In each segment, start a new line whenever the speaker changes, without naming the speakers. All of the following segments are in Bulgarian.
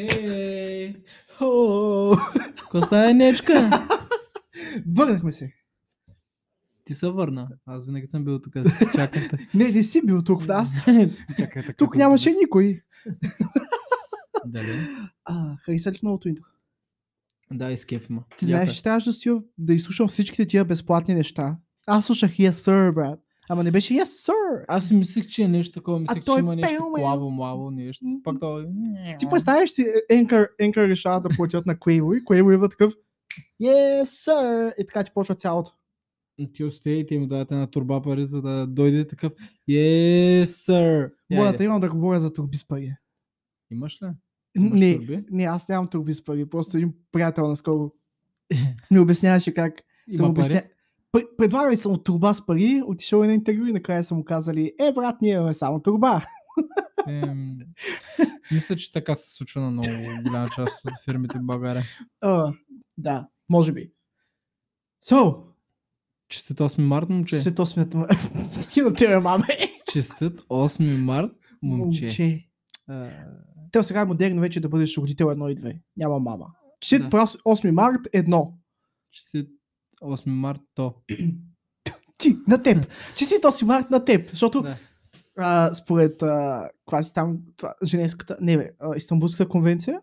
Хей!
О,
Косанечка!
Върнахме се.
Ти се върна. Аз винаги съм бил тук. Чакайте.
Не, не си бил тук. Аз.
Чакай, така.
Тук нямаше никой.
Дали?
А, хареса ли новото интро?
Да, и скеф има.
Ти
Яко
знаеш,
е.
че трябваше да, стига, да изслушам всичките тия безплатни неща. Аз слушах Yes Sir, брат. Ама не беше Yes Sir.
Аз си мислих, че е нещо такова. Мислех, че
той
има нещо
пел, е.
клаво, млаво, нещо. Пак то...
Ти представяш си, е, Anchor, Anchor решава да платят на Quavo и Quavo идва такъв Yes Sir! И така ти почва цялото.
Ти успеете и му дадете една турба пари, за да дойде такъв. Yes, sir. Я,
Моята
иде.
имам да говоря за турби с пари.
Имаш ли? Имаш
Не,
турби?
не, аз нямам турби с пари. Просто един приятел наскоро ми обясняваше как съм
Има пари.
обясня- Пр- Предлагали са му турба с пари, отишъл е на интервю и накрая са му казали, е брат, ние имаме само турба.
Ем, Мисля, че така се случва на много голяма част от фирмите в България.
А, да, може би. So,
Честит 8 март, момче.
свето сметно. Кинотера, маме.
Честит 8 март, момче. А,
Те сега е модерно вече да бъдеш родител едно и две. Няма мама. Чит
Да.
да. 8 март едно.
Честит 8 март, то.
Ти, на теб. Честит 8 март на теб. Защото
Да.
а, според а, квази там това, Женевската, не бе, а, Истанбулската конвенция,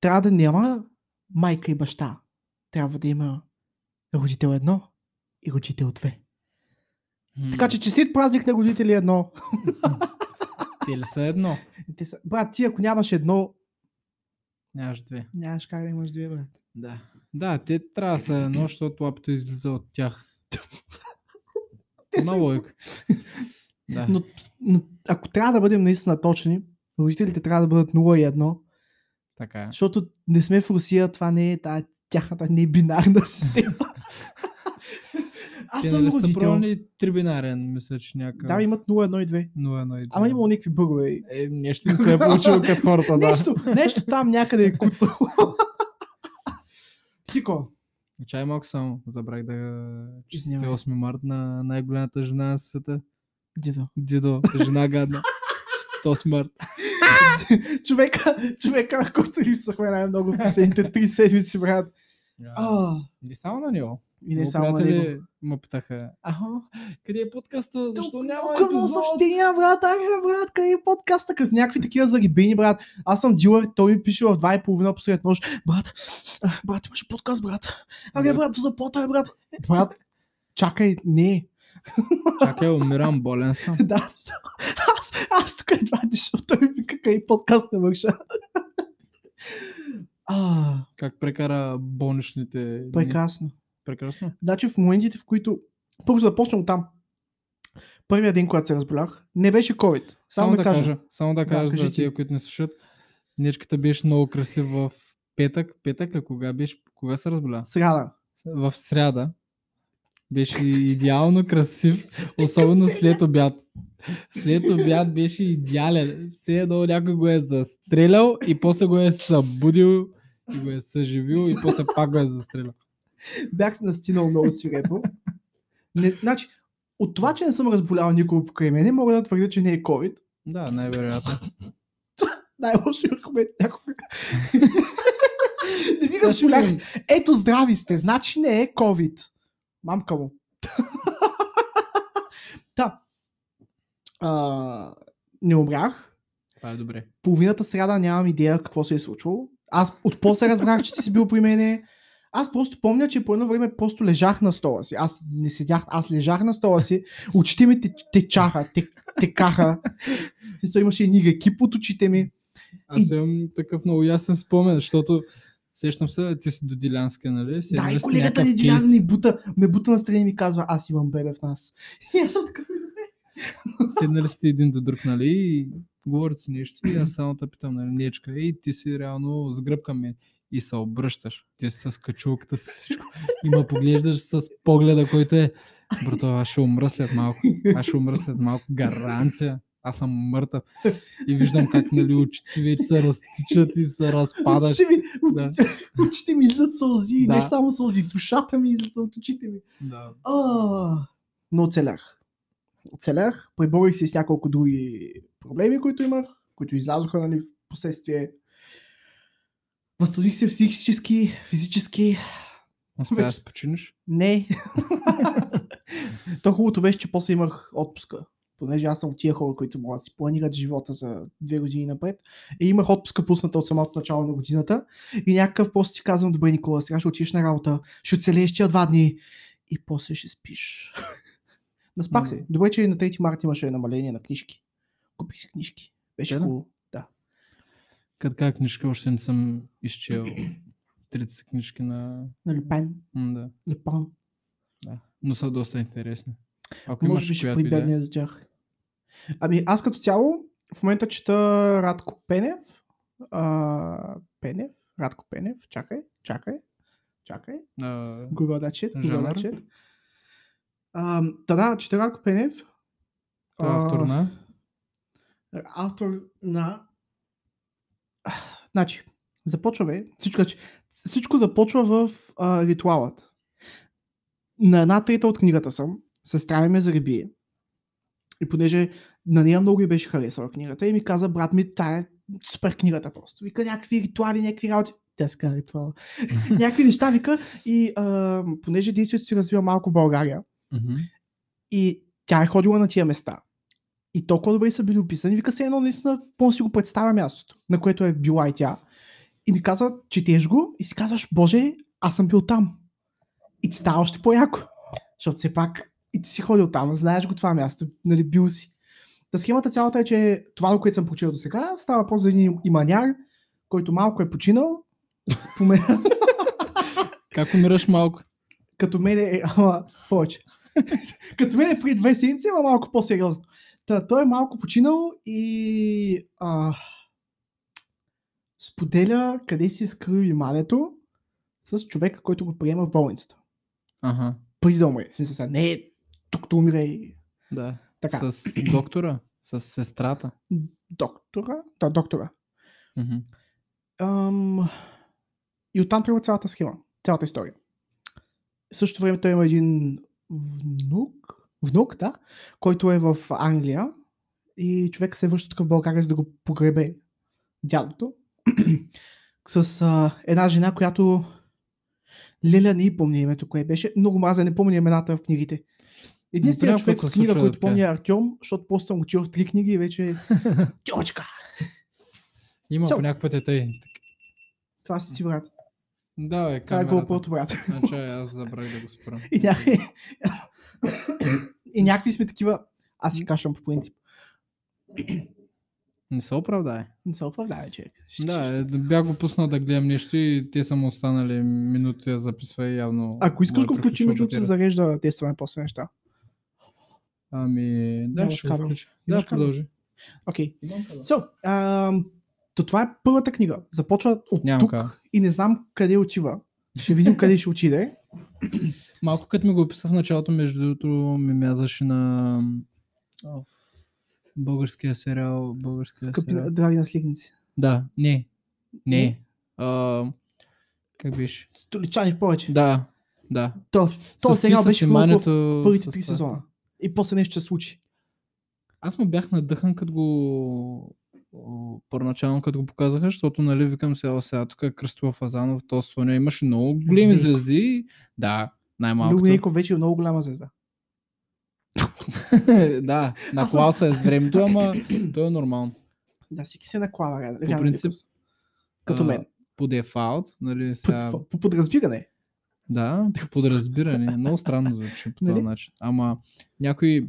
трябва да няма майка и баща. Трябва да има родител едно и родител две.
М,
Така че честит празник на родители едно.
Те ли са едно?
Те са... Брат, ти ако нямаш едно,
Нямаш две.
нямаш как да имаш две, брат.
Да. Да, те трябва да са едно, защото лапто излиза от тях.
Те
Има
са-
логика. Да.
Но, но ако трябва да бъдем наистина точни, родителите трябва да бъдат 0 и 1,
Така е.
защото не сме в Русия, това не е тая, тяхната небинарна система. Аз
Те
съм
нали са
родител.
пробвали трибинарен, мисля, че някакъв.
Да, имат 0, 1 и 2.
Но едно и
Ама
две.
имало някакви бъгове. и-
Е, нещо им се е получило като хората, да.
Нещо, нещо там някъде е куцало. Кико,
Чай малко само. Забрах да честите
Извинявай.
8 март на най-голямата жена на света.
дидо.
Дидо, жена гадна. Честит 8 март.
Човека, човека, на който липсвахме най-много в последните три седмици, брат. А,
Не само на него.
и не
Много
само нали, на него.
приятели ме питаха,
Аха.
къде е подкаста, защо
Тук-
няма
тук има
епизод?
съобщения, брат, аха, брат, къде е подкаста, къде някакви такива зарибени, брат. Аз съм дилър, той ми пише в 2.30 посред нощ. Брат, а, брат, имаш подкаст, брат. Аре,
Да.
брат, заплата, е, брат. Брат, чакай, не.
Чакай, умирам, болен съм.
Да, аз, аз, аз тук едва дишам, той ми вика къде подкаст не върша. А,
Как прекара болничните дни?
прекрасно.
Прекрасно.
Значи в моментите, в които... Първо започнем от там. Първия ден, когато се разболях, не беше COVID. Само,
Само, да кажа, само да
Да,
кажа
кажи
за
ти.
тия, които не слушат. Нечката беше много красива в петък. Петък ли кога беше? Кога се разболя?
Сряда.
В сряда. Беше идеално красив, особено след обяд. След обяд беше идеален. Все едно някой го е застрелял и после го е събудил и го е съживил и после пак го е застрелял.
Бях се настинал много свирепо. Не, значи, от това, че не съм разболял никого покрай мен, не мога да твърдя, че не е COVID.
Да, най-вероярно.
Най-лошият комент някога.
Значи,
не ви разболях. Ето здрави сте, значи не е COVID. Мамка му. да. А, не умрях.
Това е добре.
Половината сряда нямам идея какво се е случило. Аз от после разбрах, че ти си бил при мене. Аз просто помня, че по едно време просто лежах на стола си. Аз не седях, аз лежах на стола си. Очите ми те- течаха, те, текаха. Смисъл, имаше едни екип от очите ми.
Аз имам такъв много ясен спомен, защото сещам се, ти си до Дилянска, нали?
Да,
Сещаш
и
се
колегата
някакъв
ни Диляна
кейс-
ни бута, ме бута настрани и ми казва, аз имам бебе в нас. И аз съм така.
Седнали сте един до друг, нали? И говорите си нещо и аз само те питам, нали, нечка, ей, ти си реално с гръб към мен. И се обръщаш. Ти си с качулката си всичко. И ме поглеждаш с погледа, който е. Брато, аз ще умра след малко. Аз ще умра след малко. Гаранция. аз съм мъртъв. И виждам как нали, очите вече се разтичат и се разпадаш.
Очите ми,
Да.
очите, очите ми излизат сълзи,
Да.
не само сълзи, душата ми излиза от очите ми.
Да.
А, но оцелях. Оцелях, преборих се с няколко други проблеми, които имах, които излязоха нали, в последствие. Възстанових се психически, физически.
Успя да
Вече-
се починиш?
Не. То хубавото беше, че после имах отпуска. Понеже аз съм от тия хора, които могат да си планират живота за две години напред. И имах отпуска пусната от самото начало на годината. И някакъв после си казвам, добре Никола, сега ще отидеш на работа, ще оцелееш тия два дни. И после ще спиш. Наспах се.
М.
Добре, че на 3 марта имаше намаление на книжки. Купих си книжки. Беше
Да, да.
хубаво. Да.
Като как книжка още не съм изчел 30 книжки на...
На Люпен.
М, да.
Люпан.
да. Но са доста интересни. Ако
Може би
имаш
ще
която и да е.
прибегне за тях. Ами аз като цяло в момента чета Радко Пенев. А, Пенев? Радко Пенев. Чакай, чакай, чакай.
А,
Google that shit. Google
Жанр?
that shit. А, та да, чета Радко Пенев.
той е автор
А,
на...
автор на... А, Значи, започваме. Всичко, значи, всичко започва в а, ритуалът. На една трета от книгата съм. Сестра ми ме зареби. И понеже на нея много й беше харесала книгата и ми каза, брат ми, тая е супер книгата просто. Вика някакви ритуали, някакви работи. Тя се казва ритуала. някакви неща, вика. И а, понеже действието се развива малко в България,
Мгм.
и тя е ходила на тия места. И толкова добре са били описани. Вика се едно, наистина, по си го представя мястото, на което е била и тя. И ми каза, четеш го и си казваш, боже, аз съм бил там. И ти става още по-яко. Защото все пак и ти си ходил там, знаеш го това място, нали, бил си. Та схемата цялата е, че това, до което съм почил до сега, става просто за един иманяр, който малко е починал, спомена,
Как умираш малко?
като мен е, ама, повече. като мен е при две седмици, ама малко по-сериозно. Та, той е малко починал и а, споделя къде си е скрил имането с човека, който го приема в болницата.
Ага.
Преди да умре. В Смисъл сега, не е тук да умре и
Да.
така.
С доктора? С сестрата?
Доктора? Да, доктора.
Мгм.
Ам... И оттам тръгва цялата схема, цялата история. В същото време той има един внук, внук, да, който е в Англия и човек се връща тук в България, за да го погребе дядото. с а, една жена, която Леля не й помня името, кое беше. Много мразя, не помня имената в книгите. Единственият
трябва
човек
да се
в книга,
случва
който
така.
помня е Артем, защото просто съм учил в три книги и вече... е Тьочка!
Има
Цел.
по някакъв път е тъй.
Това си си брат.
Да, бе,
Това е
камерата.
глупото, брат.
Значи аз забравих да го спра.
И,
е.
някакви... и някакви сме такива. Аз си кашвам по принцип.
Не се оправдай.
Не се оправдава, човек. Ще-
Да,
ще-
е, да бях го пуснал да гледам нещо и те са му останали минути да записва и явно...
Ако искаш
му е
го включи,
приключил
между другото се
батерията.
зарежда тестваме после неща.
Ами, да,
Нямаш
ще го
кабел.
включа.
Имаш
Да,
кабел.
продължи.
Окей. So, ам, то това е първата книга. Започва от
Нямам
тук
кабел.
и не знам къде отива. Ще видим къде ще отиде.
Малко като ми го описа в началото, между другото, ми мязаше на м, оф, българския сериал. Българския
Скъпи
сериал.
драги наследници.
Да, не.
Не?
Не. А, как беше?
Столичани в повече.
Да, да.
То, то
С
сериал
Киса
беше много в
Симането,
първите
с
три
това.
сезона. И после нещо ще се случи.
Аз му бях надъхан, като го о, първоначално като го показаха, защото нали викам сега, «О, сега тук е Кръстова Фазанов, то слоня имаше много големи
Нейков.
звезди. Да, най-малкото.
Люгнейко вече е много голяма звезда.
да,
Аз съм-
наклал се с времето, ама то е нормално.
Да, всеки се е наклава. реално,
По
реално,
принцип,
Никос. Като
а,
мен.
По дефалт, нали
По-
сега...
По подразбиране.
Да, по подразбиране. Много странно звучи по този
Нали?
начин. Ама някой...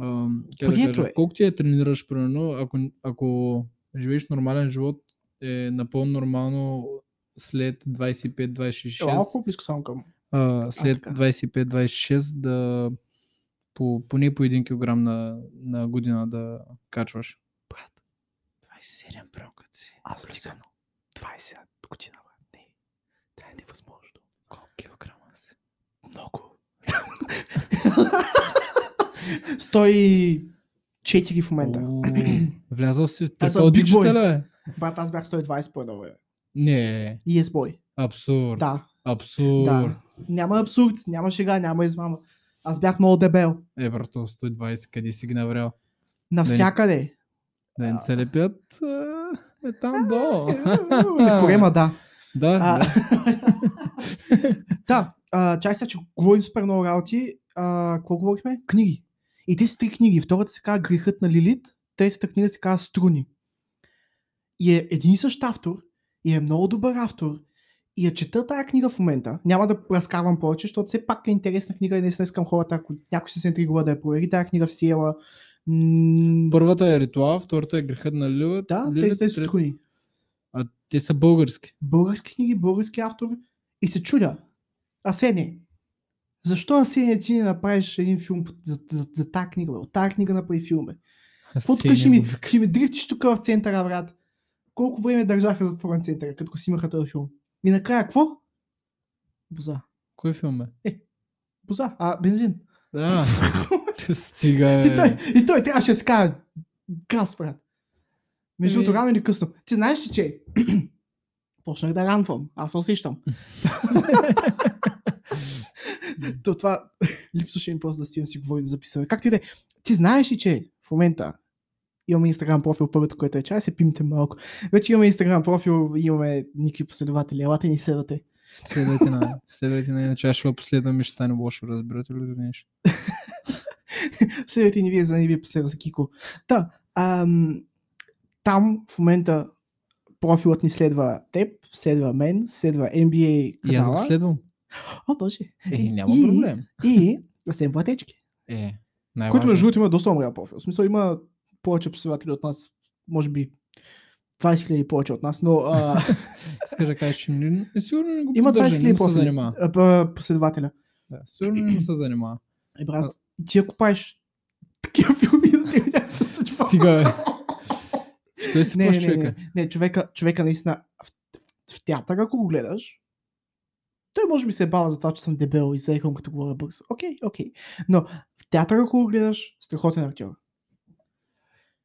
ам, Как да
Прието
кажа,
е.
колко ти я тренираш, примерно, ако, ако живееш нормален живот, е напълно нормално след 25-26,
Е, малко близко само към.
а, след
така.
25-26 да по, поне по 1 кг на, на година да качваш. Брат, 27 брокът си.
Аз стигам 20 година, брат. Не. Това е невъзможно.
Колко килограма си?
Много. 100 и... 4 в момента.
О, Влязъл си в
Аз съм
Triple
big boy.
Digital, бе.
Брат, аз бях 120 по едно време.
Не,
И е сбой.
абсурд.
Да,
Абсурд.
да. Няма абсурд, няма шега, няма измама. Аз бях много дебел.
Е, брато, 120, къде си ги наврял?
Навсякъде.
Да не се лепят а, е там долу.
Корема, да.
Да,
А,
да.
Да, а, чай сега, че говорим супер много работи. А, какво говорихме? Книги. И те са три книги. Втората се казва Грехът на Лилит, третата книга се казва Струни. И е един и същ автор, и е много добър автор. И я чета тази книга в момента. Няма да разкарвам повече, защото все пак е интересна книга и наистина искам хората, ако някой ще се интригува да я провери, тази книга в Сиела. М-
Първата е ритуал, втората е грехът на Лила.
да,
Лилит, е
те, те са
трет-
Струни.
А те са български.
български книги, български автор и се чудя. Асене, защо Асене ти не направиш един филм под- за, за, за тази книга? бе? От тази книга направи филм. бе. Какво тук
Сеня
ще ми,
го-
ще ми дрифтиш тук в центъра, брат? Колко време държаха затворен центъра, като го снимаха този филм? И накрая, какво? Боза.
Кой филм е?
Боза. А, бензин.
Да. Че Стига е.
И той, и той трябваше да се кара газ, брат. Между
Еми.
другото, рано или късно. Ти знаеш ли, че почнах да ранвам. Аз се усещам. То това липсваше им просто да стоим да си говорим да записваме. Както и да е. Ти знаеш ли, че в момента имаме инстаграм профил, първото, което е чай, се пимте малко. Вече имаме инстаграм профил, имаме никакви последователи. Елате ни следвате.
Следвайте на. Следвайте на иначе аз ще последва ми ще стане лошо, разбирате ли или нещо?
Съвети ни вие за да не ви последва за Кико. Та, ам, там в момента профилът ни следва теб, следва мен, следва NBA
И аз го
канала.
следвам.
О, боже.
Е,
И-
няма
и-
проблем.
И Асен Платечки.
Е,
Който между
най-важно.
другото има доста умря профил. В смисъл има повече последователи от нас, може би 20 хиляди повече от нас, но а,
Искаш да кажеш, че не- сигурно не го
има 20
поддържа, не
хиляди
му се
профили.
занимава.
а, п- последователя.
Да, сигурно не му се занимава.
Е, брат, ти ако правиш такива филми, да те видят с съдба.
Стига е. Той си
не,
плаш
не, не,
човека.
не, не, човека, човека наистина в, в, в театър, ако го гледаш, той може би се е бава за това, че съм дебел и заехам като говоря бързо. Окей, окей. Но в театър, ако го гледаш, страхотен актьор.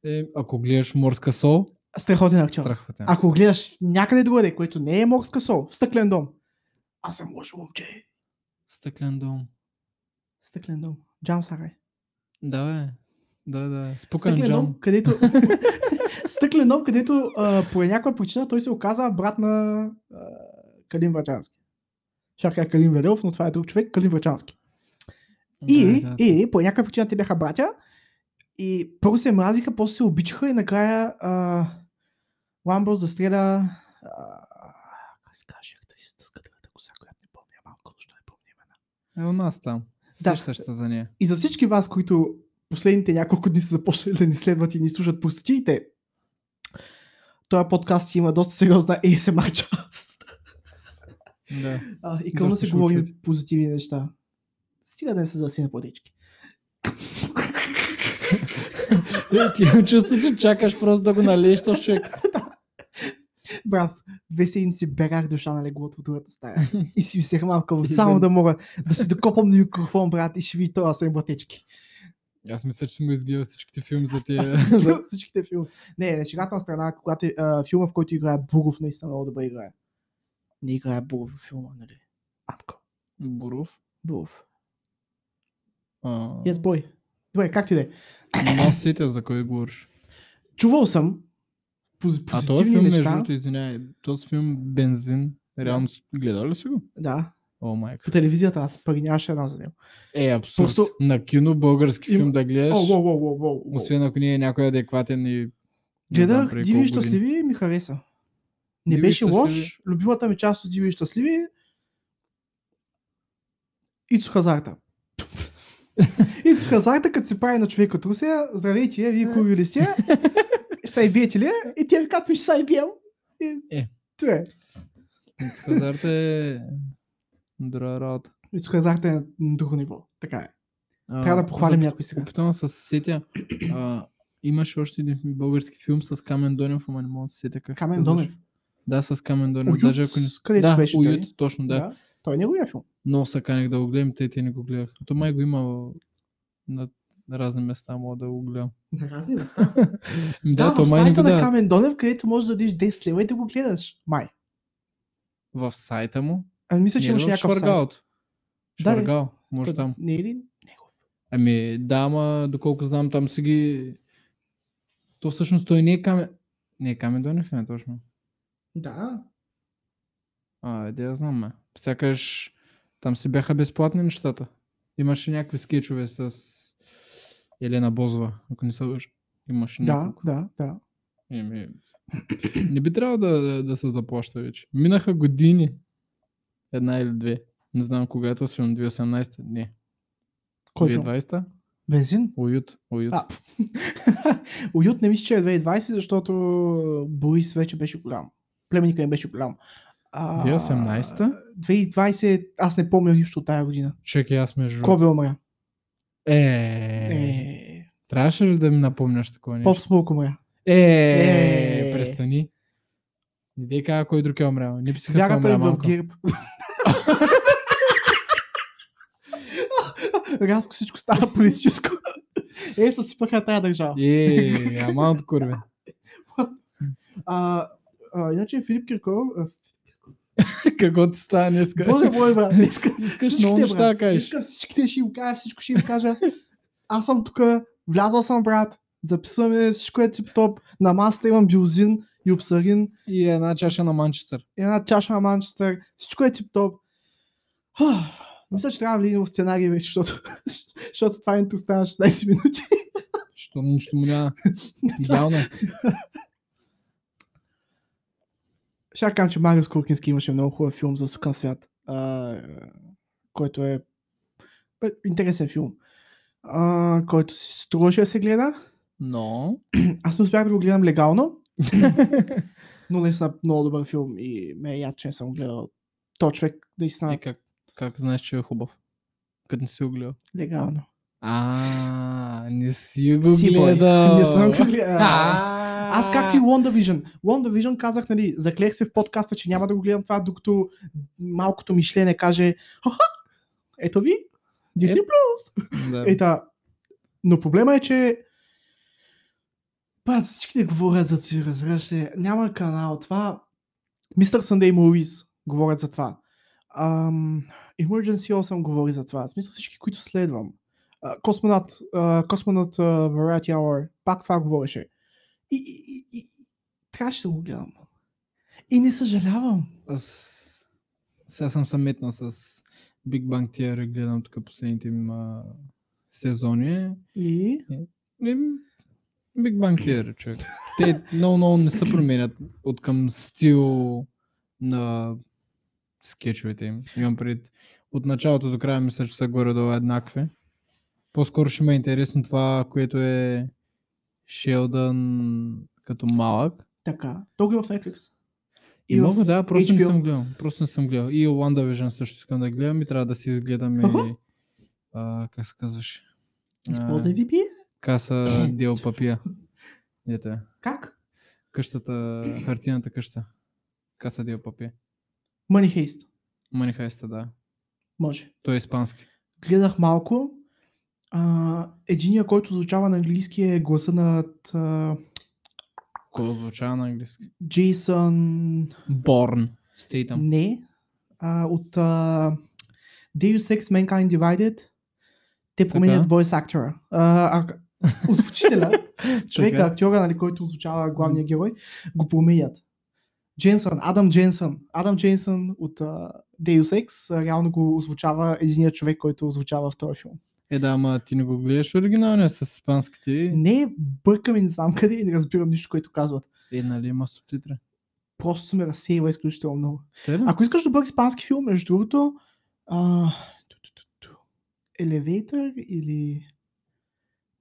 Е, ако гледаш морска сол,
Страхотен актьор.
страхвате.
Ако го гледаш някъде другаде, което не е морска сол, в стъклен дом. Аз съм лошо момче.
Стъклен дом.
Стъклен дом. Джам Сарай.
Да, бе. Да, да. Спукан
Стъклен дом,
джам.
където... Стъклен дом, където а, по някаква причина той се оказа брат на а, Калин Врачански. Ще кажа Калин Велев, но това е друг човек, Калин Врачански. И,
Да, да.
и по някаква причина те бяха братя. И първо се мразиха, после се обичаха и накрая а, Ламбро застреля... а, Как се каже, актриста с кадровата коса, която не помня малко, защо не помня имена.
Е, у нас там.
Да.
Сещаш се за нея.
И за всички вас, които последните няколко дни са започнали да ни следват и ни слушат по статиите, този подкаст си има доста сериозна ASMR част.
Да.
А, и към да
Доста
се
ще
говорим
учите.
позитивни неща. Стига да не се засина платички.
Е, ти имам чувство, че чакаш просто да го налиеш този човек.
Брат, две седмици си берах душа на леглото в другата стая. И си висех малка, само да мога да се докопам до микрофон, брат, и ще ви това съм платички.
Аз мисля, че съм го изгледал всичките филми за
Аз
тия.
съм изгледал всичките филми. Не, не, шегата на страна, когато е, а, филма, в който играе Буров, наистина много добре играе. Не играе Буров в филма, нали? Амко.
Буров.
Буров.
А,
Yes, boy. Добре, как ти да е?
Не се сетя за кой говориш.
Чувал съм пози-
А този филм,
позитивни
между
неща.
другото, извинявай, този филм Бензин, реално с- гледа ли си го?
Да,
О, майка.
по телевизията аз пари нямаше една за него.
Е, абсурд.
Просто-
На кино български
Им-
филм да гледаш,
О, о, о, о, о, о.
освен ако не е някой адекватен и... не знам,
Гледах
преди
Диви и
колко години.
щастливи и ми хареса. Не
Диви и
беше
щастливи.
лош. Любимата ми част от Диви и щастливи. е Ицо Хазарта. Ицо Хазарта, като се прави на човек от Русия, здравейте,
Е.
вие кури ли сте? Ще се биете ли? И те ви казват, ми ще се бием. И...
Е.
Това е.
Ницко Хазарт е... Друга работа.
Ицо Хазарта е на друго ниво. Така е.
А,
Трябва да похвалим
за-
някой сега.
Опитвам се да се сетя. А, имаше още един български филм с Камен Донев, ама не мога да се сетя как се
Камен
казваше.
Донев.
Да, с Камен Донев.
Уют,
Даже ако не...
където
да,
беше той.
уют, точно, да.
Да. Той е неговия филм.
Много се канех да го гледам, те те не го гледах. То май го има в- на, на разни места мога да го гледам.
На разни места.
М,
да,
то
в
май не
сайта
го
на
дават.
Камен Донев, където можеш да дадеш 10 лева и да го гледаш. Май.
в сайта му.
Ами мисля,
Не
че
е
имаш
ли в
някакъв сайт.
Шваргалото?
Да, бе.
Шваргал, може
Та-
там.
Не е ли? Негов.
Ами да, ама доколко знам, там си ги... То всъщност той не е Камен... Не е Камен Донев, не точно.
Да.
А, е, да я знам, ме. Сякаш там си бяха безплатни нещата. Имаше някакви скетчове с Елена Бозова, ако не се лъжа. Имаше
Да,
няколко.
да, да.
Еми, Ами, не би трябвало да, да се заплаща вече. Минаха години. Една или две. Не знам когато, сигурно 2018. Не.
Кой филм?
2020.
Бензин?
Уют. Уют.
А. Уют не мисля, че е 2020, защото Борис вече беше голям. Племенника им беше голям. А,
2018?
2020, аз не помня нищо от тази година.
Чакай, аз между...
Кой бе умря?
Е,
Е,
трябваше ли да ми напомняш такова нещо?
Поп Смолк умря.
Е,
Е.
престани. Не дей кажа кой друг е умрял. Не писаха се
Вярата
умря
им в
малко.
герб. Рязко всичко става политическо. Е, съсипаха тази държава.
Е, аман от курве.
А, а, иначе Филип Киркоров... а,
Какво ти става днеска?
Боже мой, брат, не иска
Искаш
всичките,
много
брат.
неща да кажеш.
Искам всичките, ще им кажа, всичко ще им кажа. Аз съм тук, влязал съм, брат, записваме всичко е тип-топ. На масата имам билзин, юпсарин,
И една чаша на Манчестър.
една чаша на Манчестър, всичко е тип-топ. Ах, Мисля, че трябва да влизам в сценарий вече, защото, защото това е интро стана 16 минути.
Що нищо му няма. Идеално е.
Ще кажа, че Мариус Куркински имаше много хубав филм за Сукан свят, а, който е бе, интересен филм, а, който си струваше да се гледа.
Но...
Аз не успях да го гледам легално, но наистина много добър филм и ме е яд, че не съм го гледал. То човек
И
наистина
как, как знаеш, че е хубав? Като не си го гледал.
легално.
А, не си го
Си, бой.
гледал.
Не съм го гледал.
А.
Аз както и WandaVision. WandaVision казах, нали, заклех се в подкаста, че няма да го гледам това, докато малкото мишлене каже «Ха-ха, ето ви, Disney+. Plus».
Да.
Е, да. Но проблема е, че Брат, всичките говорят за това, разбираш ли? Няма канал. Това... Mr. Sunday Movies говорят за това. Ам, Emergency 8 говори за това. В смисъл всички, които следвам. А, Космонавт, а, Космонавт а, Variety Hour, пак това говореше. И, и, и, и трябваше да го гледам. И не съжалявам.
Аз... Сега съм съметна с Big Bang Theory, гледам тук последните им а, сезони.
И...
И... Big Bang Theory, човек. Те много, много не се променят от към стил на скетчовете им. Имам пред от началото до края мисля, че са горе-долу еднакви. По-скоро ще ме е интересно това, което е Шелдън като малък.
Така. То го има в Netflix.
И, мога,
в
да, просто не
HBO.
съм гледал. Просто не съм гледал. И WandaVision също искам да гледам и трябва да си изгледам
Аха.
и... А, как се казваше? А,
Използвай VPN.
Каса Дел Папия. Ето е.
Как?
Къщата, хартината къща. Каса Дел Папия.
Money Heist.
Манихайста, да.
Може.
Той е испански.
гледах малко. А, единия, който звучава на английски е гласа над а,
Кой звучава на английски?
Джейсън...
Борн. Стейтъм.
Не. А, от а, Deus Ex Mankind Divided. Те променят
Така.
voice actor. А, а, от учителя, човека,
Така.
актьора, нали, който озвучава главния герой, го променят. Дженсън, Адам Дженсън. Адам Дженсън от а, Deus Ex а, реално го озвучава единият човек, който озвучава в този филм.
Е, да, ама ти не го гледаш оригиналния с испанските.
Не, бъркам и не знам къде и не разбирам нищо, което казват.
Е, нали има субтитри?
Просто се ме разсейва изключително много.
Те ли?
Ако искаш добър испански филм, между другото, а... ту, ту, ту, ту. Elevator или...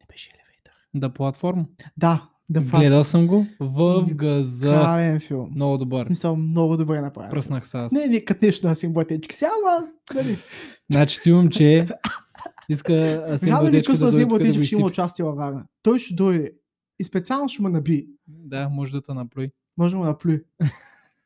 Не беше Elevator.
Да платформа.
Да, да
Гледал съм го в газа.
Крален филм.
Много
В
добър.
смисъл много добре е направен.
Пръснах се аз.
Не, не, като нещо на симботечки. Сега, ама, нали.
Значи ти момче иска Асен
Рано или
Бодечки
късно
да дойде
на
тук да го
симботечки ще има
изсипе.
участие във Варна. Той ще дойде и специално ще ме наби.
Да, може да те наплюй.
Може да му наплюй.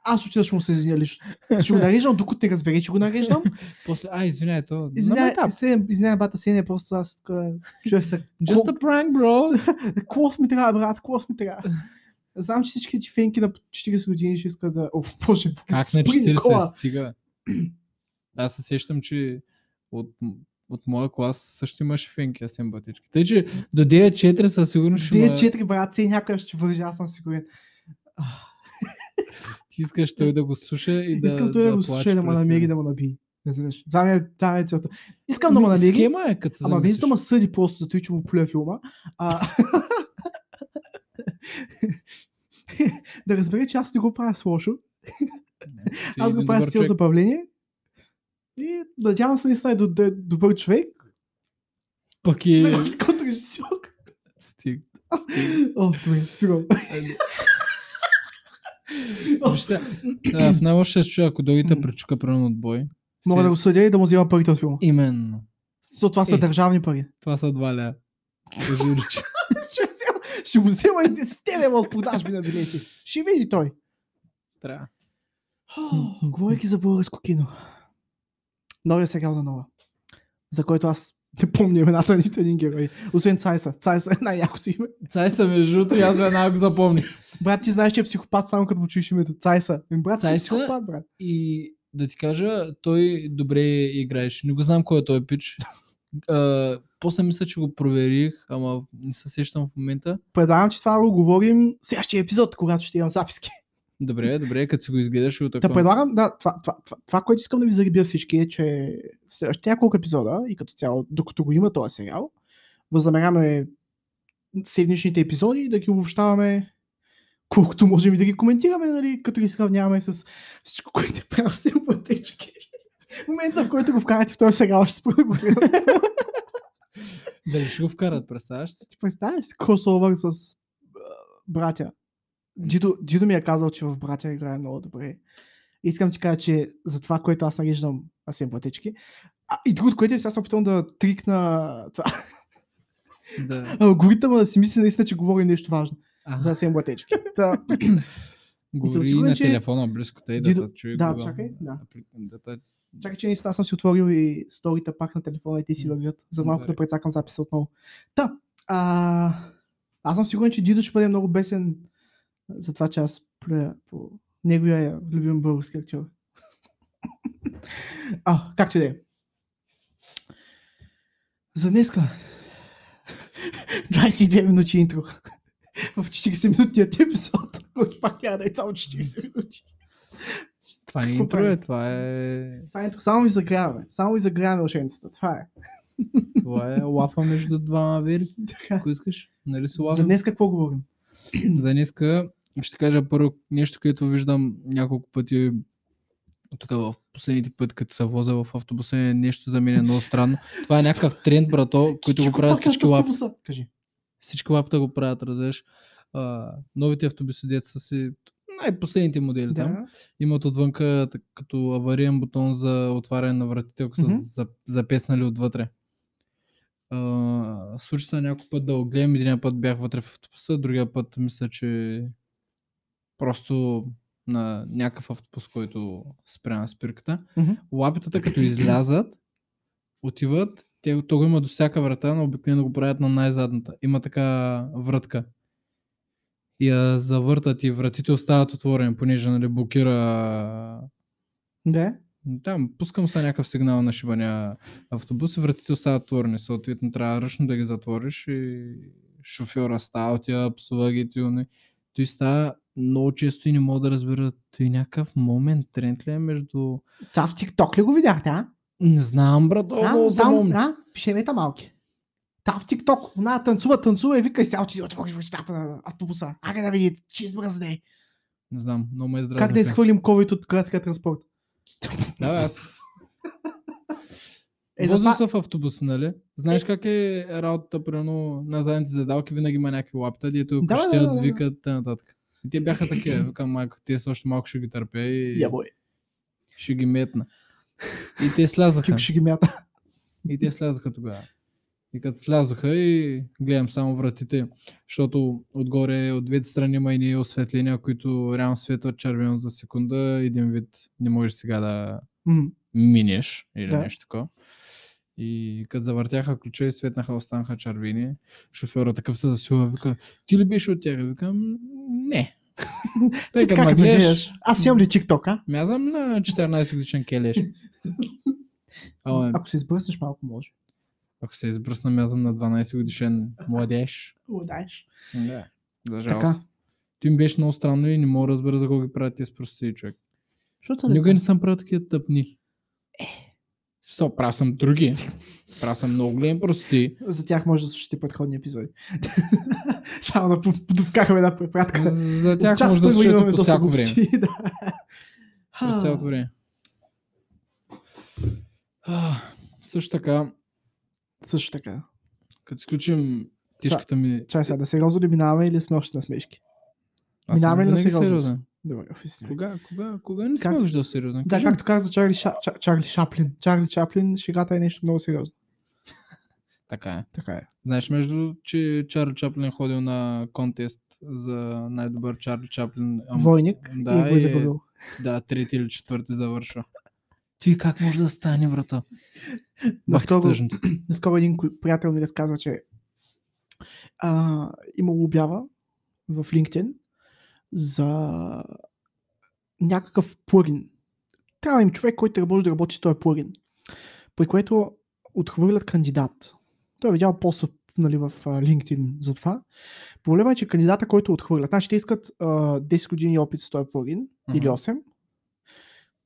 Аз отида ще му се извиня лично. Ще го нареждам, докато не разбере, че го нареждам.
После, а, извинявай, то...
Извинявай,
Ама, да,
се- извинявай, бата, си не е просто аз тук чуя се.
Just a prank, bro.
Клос ми трябва, брат, клос ми трябва. Знам, че всички ти фенки на 40 години ще искат да... О, боже,
Как на
спри, Никола.
40 стига? бе? Аз се сещам, че от, от моя клас също имаше фенки, аз имам батички. Тъй, че до 9-4 със сигурност ще
Ти е
ма-
4 брат, си някой ще вържи, аз съм сигурен.
ти искаш той да го слуша и да
Искам той да го
плаче
слуша и да му
през
намери,
него.
да му наби. Разбираш? Това ми е, това ми е целта. Искам да му
Ами,
намери,
Схема е, като се
ама без да ме
замислиш.
съди просто за това, че му пуля филма. А... да разбере, че аз не го правя с лошо.
Си
Аз го
един
правя
добър
с цел
човек.
забавление. И надявам се наистина е до- да е добър човек.
Пък и...
За разлика от режисьор.
Стиг.
О, добре, спирам.
Виж сега, а, в най-лошия случай, ако дойдете
М.
пречука примерно от бой.
Мога
си-
да го съдя и да му взема парите от филма.
Именно.
Защото това са
Е.
държавни пари.
Това са два ля. Кажи, Рич.
Ще взема- Ще му взема и 10 лева от продажби на билети. Ще види той.
Трябва.
О, Говорейки за българско кино. Новия сериал на Нова. За който аз не помня имената на нито един герой. Освен Цайса. Цайса е най-якото име.
Цай съм между другото и аз веднага го запомних.
Брат, ти знаеш, че е психопат, само като му чуеш името. Цайса. Ами, Брат, Цайса?
Цайса?
психопат, брат.
И да ти кажа, той добре играеше. Не го знам кой е той пич. А, после мисля, че го проверих, ама не се сещам в момента.
Предлагам, че това го говорим следващия епизод, когато ще имам записки.
Добре, добре, като си го изгледаш и от
Да предлагам, да, това, това, това, това, което искам да ви заребя всички е, че още няколко епизода и като цяло, докато го има този сериал, възнамеряваме седмичните епизоди да ги обобщаваме колкото можем и да ги коментираме, нали, като ги сравняваме с всичко, което е правил Сен Батечки. В момента, в който го вкарате в този сериал, ще спра да го гледам.
Дали ще го вкарат, представяш си?
Ти представяш си кросовър с а, братя? Дидо, Дидо ми е казал, че в братя играе много добре. Искам ти кажа, че за това, което аз нареждам Асен Платечки. А, и другото, което е, сега се опитвам да трикна това.
Да.
Алгоритъма да си мисли наистина, че говори нещо важно за
А,
Асен Платечки. Та,
говори
сигурен,
на
че-
телефона близко, тъй да
Дидо-
те чуе.
да,
Google.
чакай, да.
Апли- да те-
чакай, че наистина аз съм си отворил и сторита пак на телефона и те си вървят. За малко
Добре.
да прецакам записа отново. Та, а, аз съм сигурен, че Дидо ще бъде много бесен за това, че аз плюя по неговия любим български актьор. А, както и да е. За днеска 22 минути интро. В 40 минутният епизод, който пак трябва да е само 40 минути.
Това не е
Какво
интро,
правим?
е, това е...
Това е интро. Само ви загряваме. Само ви загряваме ушеницата. Това е.
Това е лафа между двама вери. Ако искаш, нали се лафа?
За днес какво говорим?
за днеска ще кажа първо нещо, което виждам няколко пъти тук в последните пъти, като се возя в автобуса, е нещо за мен е много странно. Това е някакъв тренд, брато, който го
Какво
правят
пак на
всички лапи.
автобуса? Кажи.
Всички лапта го правят, разбираш. А, новите автобуси, дет са си най-последните модели там.
Да.
Имат отвънка так- като авариен бутон за отваряне на вратите, ако са
Мгм.
за- запеснали отвътре. А, случи се няколко път да го гледам. Един път бях вътре в автобуса, другия път мисля, че просто на някакъв автобус, който спря на спирката.
Мгм.
Лапитата като излязат, отиват, те, то го има до всяка врата, но обикновено го правят на най-задната. Има така вратка. И я завъртат и вратите остават отворени, понеже нали, блокира
Да.
там, пускам се някакъв сигнал на шибания автобус и вратите остават отворени. Съответно, трябва ръчно да ги затвориш и шофьора става, тя псува ги ти уни. Той става много често и не мога да разбера. Той някакъв момент тренд ли е между...
Това в ТикТок ли го видяхте, а?
Не знам, брат, много
а,
за
там,
момент.
а, пишемета малки. Там в ТикТок, она танцува, танцува и вика и сега отиди отвориш вратата на автобуса. Аре да види, че измръзне.
Не знам, много ме е здраве.
Как да изхвърлим COVID от градския транспорт?
Да, бе, аз.
Е,
Е,
за това-
в автобус, нали? Знаеш как е работата, примерно, на задните задалки винаги има някакви лапта, дето
Да, бе, да,
крещят,
да, да.
викат, т.н. нататък. И те бяха такива, викам, майко, те са още малко ще ги търпя и...
Я бой,
ще ги метна. И те слязаха.
кипши ги мята.
И те слязаха тогава. И като слязоха и гледам само вратите, защото отгоре от двете страни има едни осветления, които реално светват червено за секунда. Един вид не можеш сега да
М,
минеш или
Да.
нещо такова. И като завъртяха ключа и светнаха, останаха червени. Шофьора такъв се засила, вика, ти ли беше от тях? Викам, не.
Ти
Тъй
така
ма
като ме
гледаш,
гледаш. Аз имам ли TikTok, а?
мязам на 14 годишен келеш. Ама,
Ако се избърснеш малко може.
ако се избръсна, мязам на 12 годишен младеж.
Удаеш.
Да, за
Така.
жалост. Ти ми беше много странно и не мога да разбера за кого ги правят тези прости човек.
Защото са
Никога не
деца.
съм правил такива тъпни. Е. Прав съм други. Прав съм много големи прости.
За тях може да слушате предходни епизоди. Само да по- довкараме една препратка.
За тях
От час
може да
първо имаме
слушате по
доста
всяко време.
глупости, да.
През цялото
А,
време. А, също така,
Също така.
като изключим тишката ми...
Чай сега, да сериозно ли минаваме или сме още на смешки?
Аз съм
минаваме ли на
винаги
сериозното?
сериозен.
Добре, офис.
Кога, кога, кога не сме
Както-
виждал сериозен?
Да,
Кажи ми.
както каза Чарли, Ша... Ча- Чарли Шаплин. Чарли Чаплин, шегата е нещо много сериозно.
Така е.
Така е.
Знаеш, между че Чарли Чаплин е ходил на контест за най-добър Чарли Чаплин. ам-
Двойник и
да,
го е
и-
загубил.
да, трети или четвърти завършва. Ти как може да стане, брата? Бах ти
Наскоро-
тъжното.
Наскоро един ко- приятел ми разказва, че а, имало обява в LinkedIn за някакъв плъгин. Трябва им човек, който работи да работи с този плъгин. При което отхвърлят кандидат. Той е видял пост нали, в а, LinkedIn за това. Проблема е, че кандидата, който отхвърлят, значи те искат а, 10 години опит с този плъгин
Мгм.
или 8.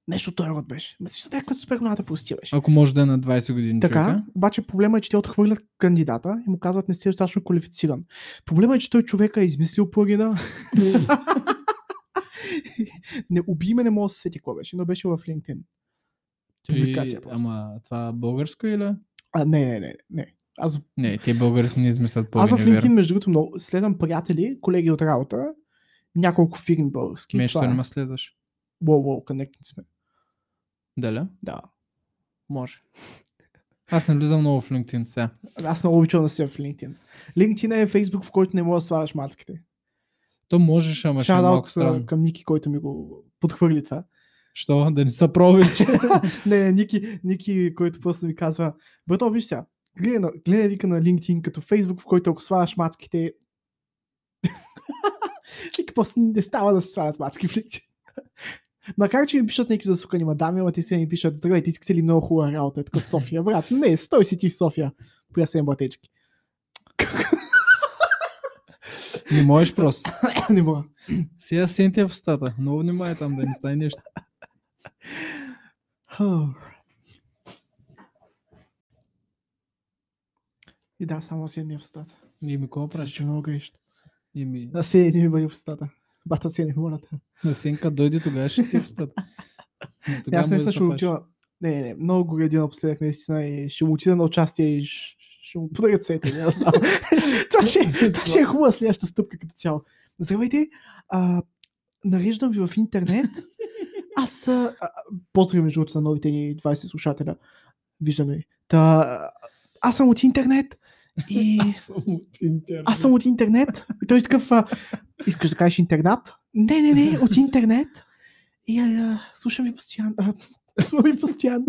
Нещо той род беше. Мисля, някаква супер голямата простия беше.
Ако може да е на 20 години
Така,
човека.
обаче проблема е, че те отхвърлят кандидата и му казват не сте достатъчно квалифициран. Проблема е, че той човека е измислил плагина. не убий ме, не мога да се сети какво беше, но беше в LinkedIn. Публикация
Ти-
просто.
Ама това е българско или?
А, не, не, не, не. Аз,
Не, те българите не измислят по
аз в LinkedIn, между другото, много следвам приятели, колеги от работа, няколко фирми български.
Ме,
това
що
е.
не ме следваш?
Wow, wow, connected сме.
Даля?
Да.
Може. Аз не влизам много в LinkedIn сега.
Аз много обичам да си в LinkedIn. LinkedIn е Facebook, в който не мога да сваляш мацките.
То можеш, ама ще е малко
Шадаут
странно.
към Ники, който ми го подхвърли това.
Що? Да не са провече.
Не, не, Ники, Ники, който просто ми казва, брато, виж сега, гледай, на- гледай вика на LinkedIn като Facebook, в който ако сваляш мацките, вика, просто не става да се свалят мацки в LinkedIn. Макар, че ми пишат някакви засукани мадами, ама те си ми пишат, здравейте, искате ли много хубава работа, така в София, брат, не, стой си ти в София, е, при аз имам батечки.
не можеш просто.
не мога.
Сега сентия в стата. Много внимай там да не стане нещо.
И да, само си ми е в стата.
И ми кого
Прави,
правиш?
че много грешно.
И ми...
Да, си един ми бъде в стата. Бата си е не моля.
На сенка дойде тогава ще ти е в стата. Но
Не,
тогава
аз
може да
наистина ще
направиш.
уча. Не, не, не, много го един напоследък, наистина, и ще му отида на участие и щ- ще му подаря цвете, не да знам. това, ще, това ще е хубава следващата стъпка като цяло. Здравейте, а, нареждам ви в интернет. Аз, а, а, поздрави между другото на новите ни 20 слушателя. Виждаме ви. Та, аз съм от интернет и аз съм от интернет. И той е такъв, а, искаш да кажеш интернат? Не, не, не, от интернет. И а, слушам ви постоянно. А, слушам ви постоянно.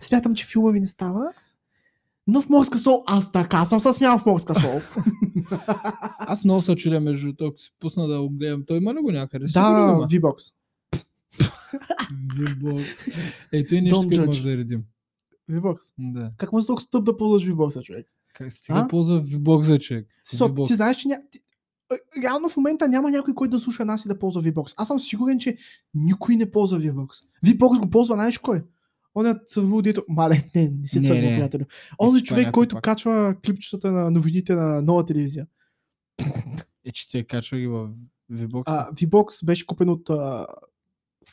Смятам, че филма ви не става. Но в морска сол, аз така съм се смял в морска сол.
Аз много се чудя между другото, ако си пусна да го гледам. Той има ли го някъде? Сигурно
да,
има.
V-Box.
V-Box. Ето и нещо,
Don't
което
judge.
може да редим.
V-Box.
Да.
Как може толкова стъп да ползваш V-Box, човек?
Как стига
А?
ползва V-Box за човек?
Со,
V-Box.
ти знаеш, че ня... ти... а, Реално в момента няма някой, който да слуша нас и да ползва V-Box. Аз съм сигурен, че никой не ползва V-Box. V-Box го ползва, знаеш кой? Оня цървул, дето... Мале, не, не си
Не,
цървул,
не.
приятелю. Онзи
си това
човек,
някой
който
пак.
качва клипчетата на новините на нова телевизия.
Е, че те качва ги в V-Box.
А, V-Box беше купен от а,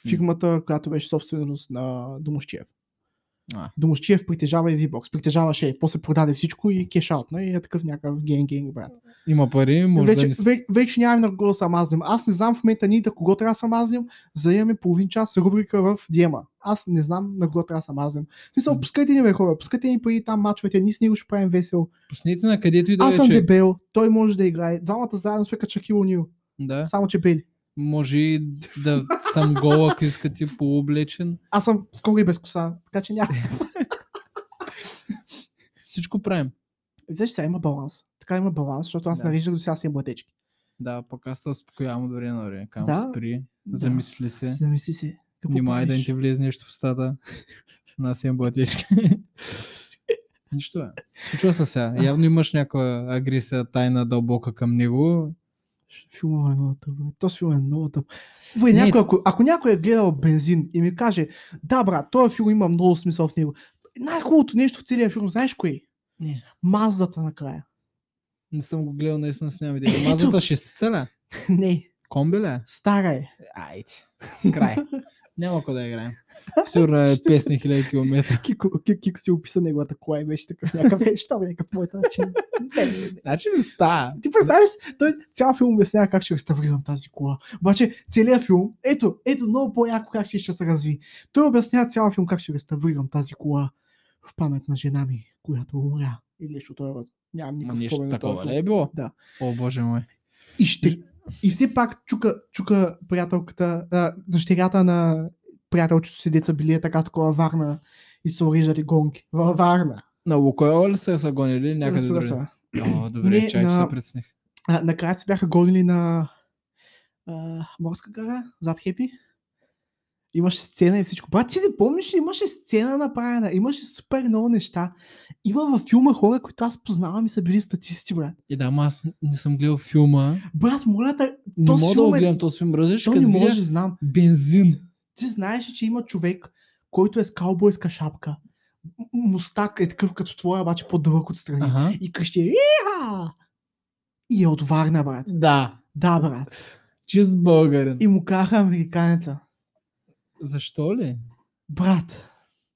фирмата, която беше собственост на Домощиев.
А.
Домощиев притежава и V-Box. Притежаваше, и после продаде всичко и кешаут, и е такъв някакъв генг-генг, брат.
Има пари, може
Вече,
да не си...
ве, вече нямаме на кого да се мазнем. Аз не знам в момента ние да кого трябва да се мазнем, за да имаме половин час рубрика в Диема. Аз не знам на кого трябва да се мазнем. В смисъл, пускайте ни бе хора, пускайте ни преди там мачовете, ние с него ще правим весело.
Пуснете на където и да
Аз
е,
съм
че-
дебел, той може да играе. Двамата заедно сме като Шакил Нил,
Да,
само че бели.
може и да съм гол, ако искате, полублечен.
Аз съм кога и без коса, така че няма.
Всичко правим.
Виждаш, сега има баланс. Така има баланс, защото аз
Да.
нареждах до сега си е младечки.
Да, пък аз те успокоявам дори на време. Кам
Да.
спри,
Да.
замисли се.
Замисли се. Какво
Внимай да не
правиш?
ти влезе нещо в стата. Нас им блатичка. Нищо е. Случва се сега. Явно имаш някаква агресия тайна дълбока към него.
Филма е много тъп. бе. Този филм е много тъп. Бе,
Не,
някой, ако, ако някой е гледал бензин и ми каже, да, брат, този филм има много смисъл в него. Най-хубавото нещо в целия филм, знаеш кое? е?
Не.
Маздата накрая.
Не съм го гледал, наистина с няма идея.
Ето.
Мазата шестица ли?
Не,
Комби ли?
стара е.
Айде. Край. Няма кой да играем. Сигурно е
Ще-
5 хиляди километра.
Кико, Кико, Кико си описа неговата кола и беше такъв някакъв неща, бе, като моята начин. Не, не, не.
Значи не става.
Ти представяш, си, той цял филм обяснява как ще реставрирам тази кола. Обаче целият филм, ето, ето много по-яко как ще, ще се разви. Той обяснява цял филм как ще реставрирам тази кола в памет на жена ми, която умря. Или нещо той род. Нямам
Ма
никакъв
нищо
спомен на този
такова
филм.
ли е било?
Да.
О, боже мой.
И, ще, и все пак чука, чука приятелката, а, дъщерята на приятелчето си деца били е така такова Варна и се орижали гонки. Във Варна.
На Лукойл ли са са гонили? Някъде
разбира
други.
се.
О, добре,
Не,
чай, че
на-
се прецених.
А, накрая се бяха гонили на а, морска гара, зад Хепи. Имаше сцена и всичко. Брат, ти не помниш ли? Имаше сцена направена, имаше супер много неща. Има във филма хора, които аз познавам и са били статисти, брат.
И да, ама аз не съм гледал филма.
Брат, моля те,
Не
Този
мога да
филм
го
е-
гледам този филм. Разиш,
то не
като може...
може, знам.
бензин.
Ти знаеш, ли, че има човек, който е с каубойска шапка. М- Мустак е такъв като твоя, обаче по-дълъг отстрани. Ага.
Ага.
И къщи е «Иха!» И е от Варна, брат.
Да.
Да, брат.
Чист българен.
И му каха американеца.
Защо ли?
Брат,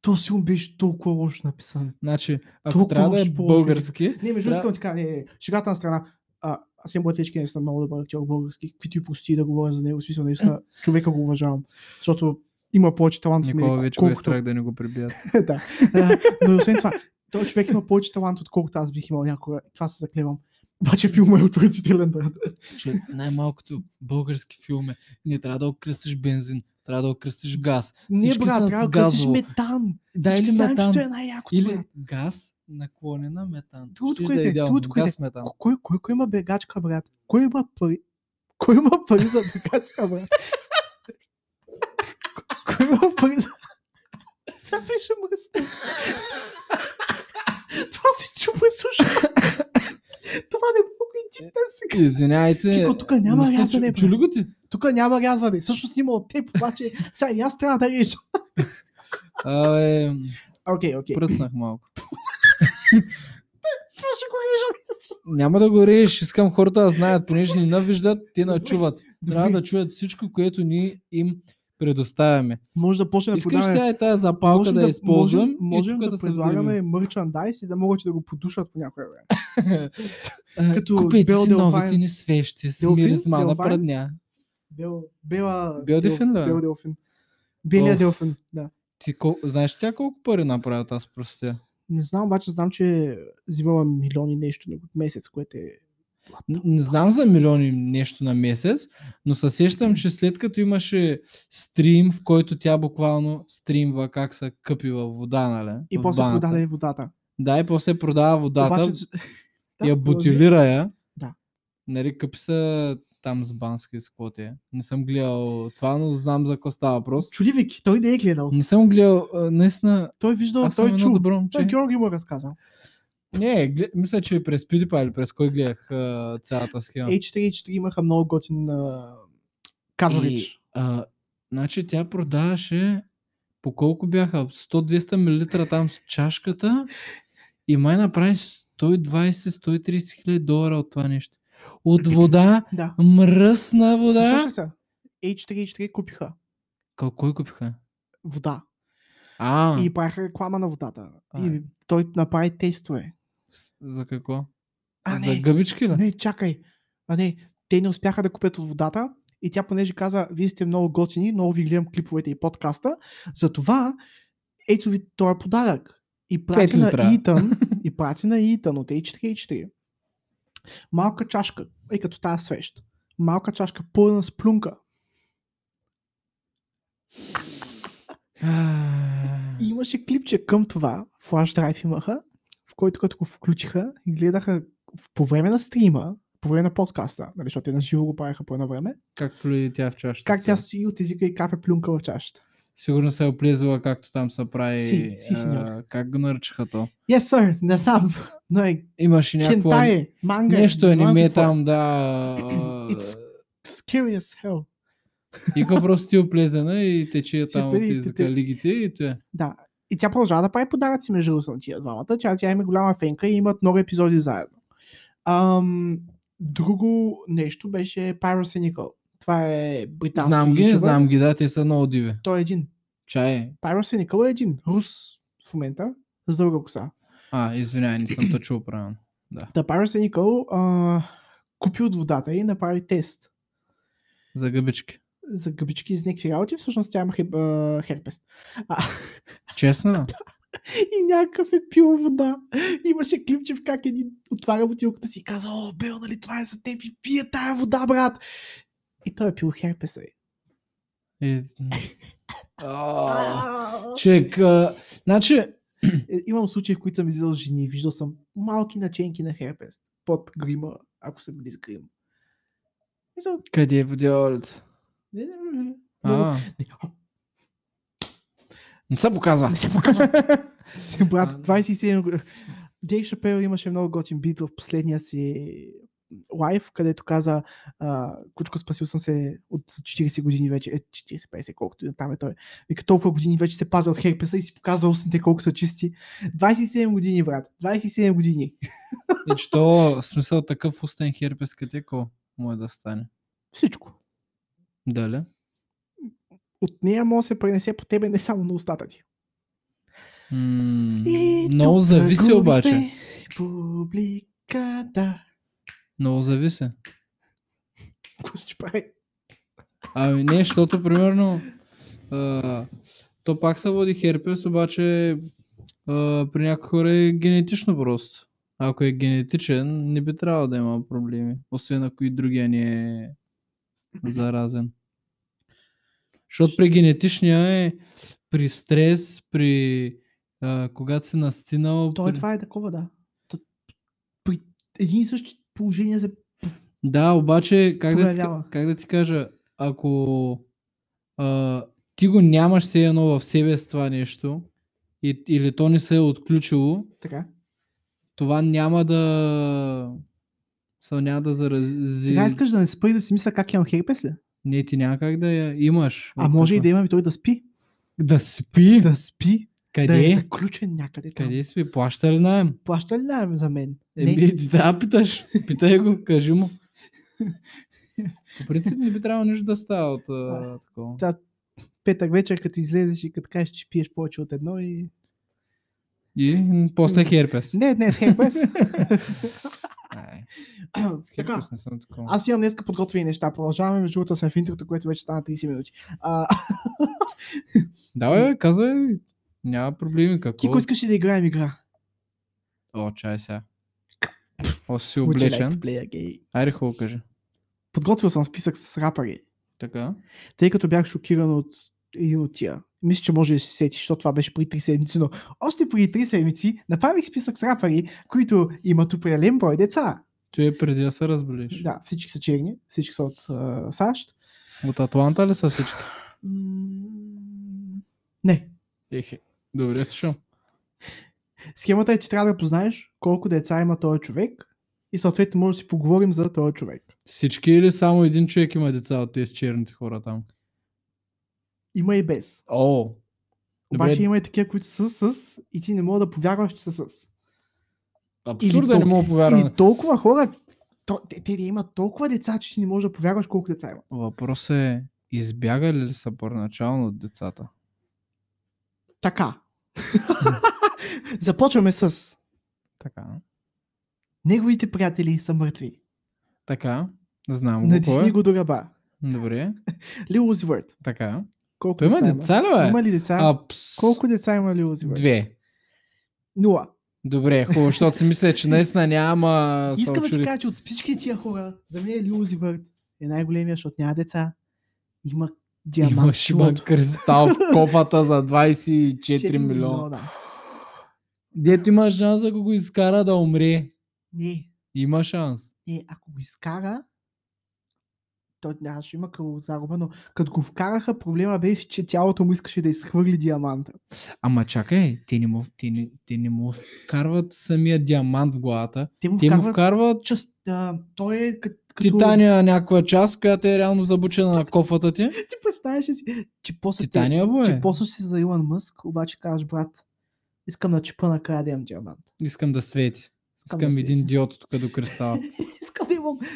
този филм беше толкова лошо написан.
Значи, ако
Толкова
трябва да е
още по-лошо
български,
Не, между
Да.
другото, искам да ти кажа, не, не, не, шегата на страна. А, аз имам Блатечки, не съм много добър актьор български, каквито и пусти да говоря за него, в смисъл наистина, човека го уважавам, защото има повече талант в
Никола
мен,
вече го е
колкото...
страх да не го прибият.
да. А, но и освен това, този човек има повече талант, отколкото аз бих имал някога. Това се заклевам. Обаче филмът е отвратителен, брат.
Че най-малкото български филм е. Не трябва да окръстиш бензин, трябва да окръстиш газ.
Не,
Всички
брат,
са
трябва да
с
кръстиш
газово.
метан.
Да,
Всички
или
знаем, че
метан.
той е най-якото.
Или
брат.
газ наклонена метан.
Другото,
Щеш
което
да
е-
идеално.
другото, което
Газ метан.
Ко- Кой, кой, кой има бегачка, брат? Кой има пари? Кой има пари за бегачка, брат? Кой- Кой има пари за... Това беше мръсно. Това си чупа слуша. Това не мога и ти там сега.
Извинявайте.
Кико, тук няма
не съм
рязане,
чу-
брат.
Чули го ти?
Тук няма рязане. Също снима от теб, обаче сега и аз трябва да реша.
А, е,
Окей, окей.
пръцнах малко.
Това ще го е? режа.
Няма да го режеш, искам хората да знаят, понеже не ни виждат, те не
Добре,
чуват. Трябва
Добре.
да чуят всичко, което ние им предоставяме.
Може да почнем да
Искаш
продаваме.
сега и тази запалка
можем
да, я използвам
можем, можем
и
да,
тук
да
се взривим.
предлагаме мърчандайз и да могат да го подушат по някое време.
А,
като
Купете
Бел
си
Делфайн.
новите ни свещи с
Делфин?
миризма на
Делфайн?
прадня.
Бел, бела,
Бел дельфин ли?
Бел делфин. Белия
Оф.
делфин, да.
Ти кол... знаеш тя колко пари направят аз простя?
Не знам, обаче знам, че взимала милиони нещо на месец, което е...
Н- Не знам за милиони нещо на месец, но се сещам, че след като имаше стрим, в който тя буквално стримва как се къпи във вода, нали?
И
в
после
баната.
продаде водата.
Да, и после продава водата,
Обаче- Да,
я
продължи.
бутилира я.
Да.
Нали, къпи са там с бански с какво ти е. Не съм гледал това, но знам за какво става въпрос.
Чуди Вики, той не е гледал.
Не съм гледал, а, наистина,
Той виждал,
аз съм
той
едно
чул.
добро момче.
Той Георги му е разказал.
Не, гле... мисля, че е през PewDiePie или през кой гледах а, цялата схема.
H4 и H4 имаха много готин а,
И,
каверидж.
а, значи тя продаваше по колко бяха? 100-200 мл там с чашката и май направи 120-130 хиляди долара от това нещо. От вода,
Да.
мръсна вода.
Слушай се. H4 и H4 купиха
Кой, кой купиха?
вода.
А,
и правиха реклама на водата.
А.
И той направи тестове.
с- за какво?
А, не,
за гъбички ли?
не, чакай. А, не, те не успяха да купят от водата. И тя, понеже каза, вие сте много готини, много ви гледам клиповете и подкаста, затова ето ви този подарък. И прати
Ето ви
на
трябва.
Итан, и прати на Итан от H3, H3. Малка чашка, е като тази свещ. Малка чашка, пълна с плюнка.
А,
И имаше клипче към това, Flash Drive имаха, в който като го включиха и гледаха в- по време на стрима, по време на подкаста, нали, защото те на живо го правиха по едно време,
Как плюи тя в чашата
как
си?
тя стои от езика и капе плюнка в чашата.
Сигурно се е оплизала, както там се прави...
Си, си,
а,
сеньор.
как го наричаха то?
Yes, sir, не знам, но е
Имаше някакво...
хентай, манга.
Нещо
не знам
аниме
какво е.
там, да...
It's Scary as hell.
И просто ти оплезена и тече
Ти
там от
пейте,
езика
те-
лигите и те.
Да. И тя продължава да прави подаръци между другото на тия двамата. Тя, тя има голяма фенка и имат много епизоди заедно. Ам, друго нещо беше Pyrocynical. Това е британски
Знам ги,
ютубър.
знам ги, да, те са много диви.
Той е един.
Чай.
Pyrocynical е един. Рус в момента. С дълга коса.
А, извинявай, не съм те чул правилно.
Та Pyrocynical а, купи от водата и направи тест.
За гъбички.
за гъбички из някакви работи, всъщност тя има хеп, а, херпес. А,
Честно ли?
и някакъв е пил вода. Имаше клипче в как един отваря бутилката си и казва, о, Бел, нали това е за теб и пие тая вода, брат. И той е пил херпеса. й.
И- Чек, а, значи,
Е, Имам случаи, в които съм излизал с жени, виждал съм малки наченки на херпес под грима, ако са били с грим. Мисъл,
къде е подявалите?
не, не, не, не.
А,
Не,
не се показва.
Не се показва. Брат,
А.
27 г- Дейв Шапел имаше много готин бит в последния си лайф, където каза а, Кучко, спасил съм се от 40 години вече, е, 40-50, колкото и да там е той. Вика, толкова години вече се пазя от херпеса и си показва устните колко са чисти. 27 години, брат, 27 години.
И че то е, смисъл такъв устен херпес като е, ко му е да стане.
Всичко.
Дали?
От нея може да се пренесе по тебе не само на устата ти.
М,
И
Много
Е, тук
зависи
загубихме
обаче.
Публиката.
Много зависи.
Какво ще прави?
Ами не, защото примерно а, то пак се води херпес, обаче а, при някои хора е генетично просто. Ако е генетичен, не би трябвало да има проблеми. Освен ако и другия не е заразен. Защото при генетичния е при стрес, при а, когато си настинал.
То
при...
е, това е такова, да. То, при един и същи положение за...
Да, обаче, как да, ти,
проявява.
ка- как да ти кажа, ако а, ти го нямаш все едно в себе с това нещо, и, или то не се е отключило,
Така.
това няма да. Са няма да зарази.
Сега искаш да не спри да си мисля как имам херпес ли?
Не, ти няма как да я имаш.
А
от
може и
тука.
да имам и той да спи.
Да спи.
Да спи,
Къде?
да е заключен някъде там.
Къде спи? Плаща ли найем?
Плаща ли найем за мен?
Еми,
не.
ти трябва да питаш. Питай го, кажи му. По принцип не би трябвало нищо да става от а, такова.
Петък вечер, като излезеш и като кажеш, че пиеш повече от едно и...
И м, после херпес.
Не, не, с херпес.
Ай, с
така.
херпес не съм такова.
Аз имам днес подготвени неща. Продължаваме между другото с интрото, което вече стана 30 минути. А,
Давай, бе, казвай. бе. Няма проблеми. Какво?
Кико искаше да играем игра.
О, чай сега. О, си
Would you like to
облечен.
play a game?
Айде, хубаво кажи.
Подготвил съм списък с рапъри.
Така.
тъй като бях шокиран от един от тия. Мисля, че може да се сети, защото това беше преди 3 седмици, но още преди 3 седмици направих списък с рапъри, които имат определен брой деца.
Той е преди да се разболиш.
Да, всички са черни, всички са от а, САЩ.
От Атланта ли са всички?
М, Не.
Ехе. Добре, слушам.
Схемата е, че трябва да познаеш колко деца има този човек и съответно може да си поговорим за този човек.
Всички или само един човек има деца от тези черните хора там?
Има и без.
О!
Обаче
Добре,
има и такива, които са с и ти не мога да повярваш, че са с.
абсурда е, не
тол-
мога да
Или
повярвам.
толкова хора, то, те, те имат толкова деца, че ти не можеш да повярваш колко деца има.
Въпросът е, избягали ли са първоначално от децата?
Така. Започваме с
Така.
неговите приятели са мъртви.
Така. Знам го. кой
Натисни
е.
го до ръба.
Добре.
Лил Узвърт.
Така.
Колко
Той има деца ли, бе?
Има ли деца?
Апс.
Колко деца има Лил Узвърт?
Две.
Нула.
Добре, хубаво, защото си мисля, че наистина няма... се
Искам да ти
очудих.
кажа, че от всички тия хора, за мен Лил Узвърт е най-големия, защото няма деца. Има диамант. в
Имаш има
челото.
кристал в кофата за 24
4
милиона. Дето има шанс, ако го изкара да умре.
Не,
Има шанс.
не, ако го изкара, той няма ще има кръвозагуба, но като го вкараха, проблема беше, че тялото му искаше да изхвърли диаманта.
Ама чакай, те не му, те не, те не му вкарват самия диамант в главата.
Те му
Те му
вкарват
вкарват
част... А, той е кът- като...
титания някаква част, която е реално забучена на кофата ти.
Ти представяш ли си, че после, те,
Титаниево
че
е.
после ще си за Илон Мъск, обаче кажеш, брат, искам на чипа накрая да имам диамант.
Искам да свети.
Искам да
Искам един
свети.
диод тук до кристала.
искам да имам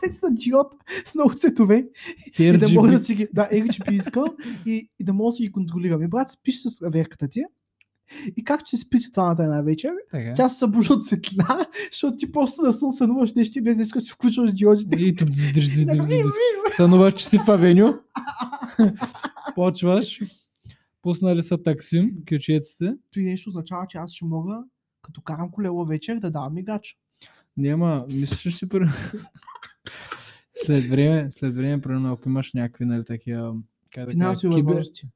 тесна диод с много цветове и да мога да
RGB.
си ги... Да, RGB искам и, и да мога да си ги контролирам. И брат, спиш с верката ти и както ще спиш светланата една вечер,
Така.
тя се събужда от светлина, защото ти просто да съм сънуваш нещо и без да искаш да си включваш диодите.
И тук дзидр, дзидр, дзидр. Сънуваш, че си в авеню. Почваш. Пуснали са такси, кючеците.
Той нещо означава, че аз ще мога, като карам колело вечер, да давам играч.
Няма, мисля, че ще си пр... след време, след време, примерно, ако имаш някакви, нали, такива... Как да кажа,
Финансови
е кибер...
възможности.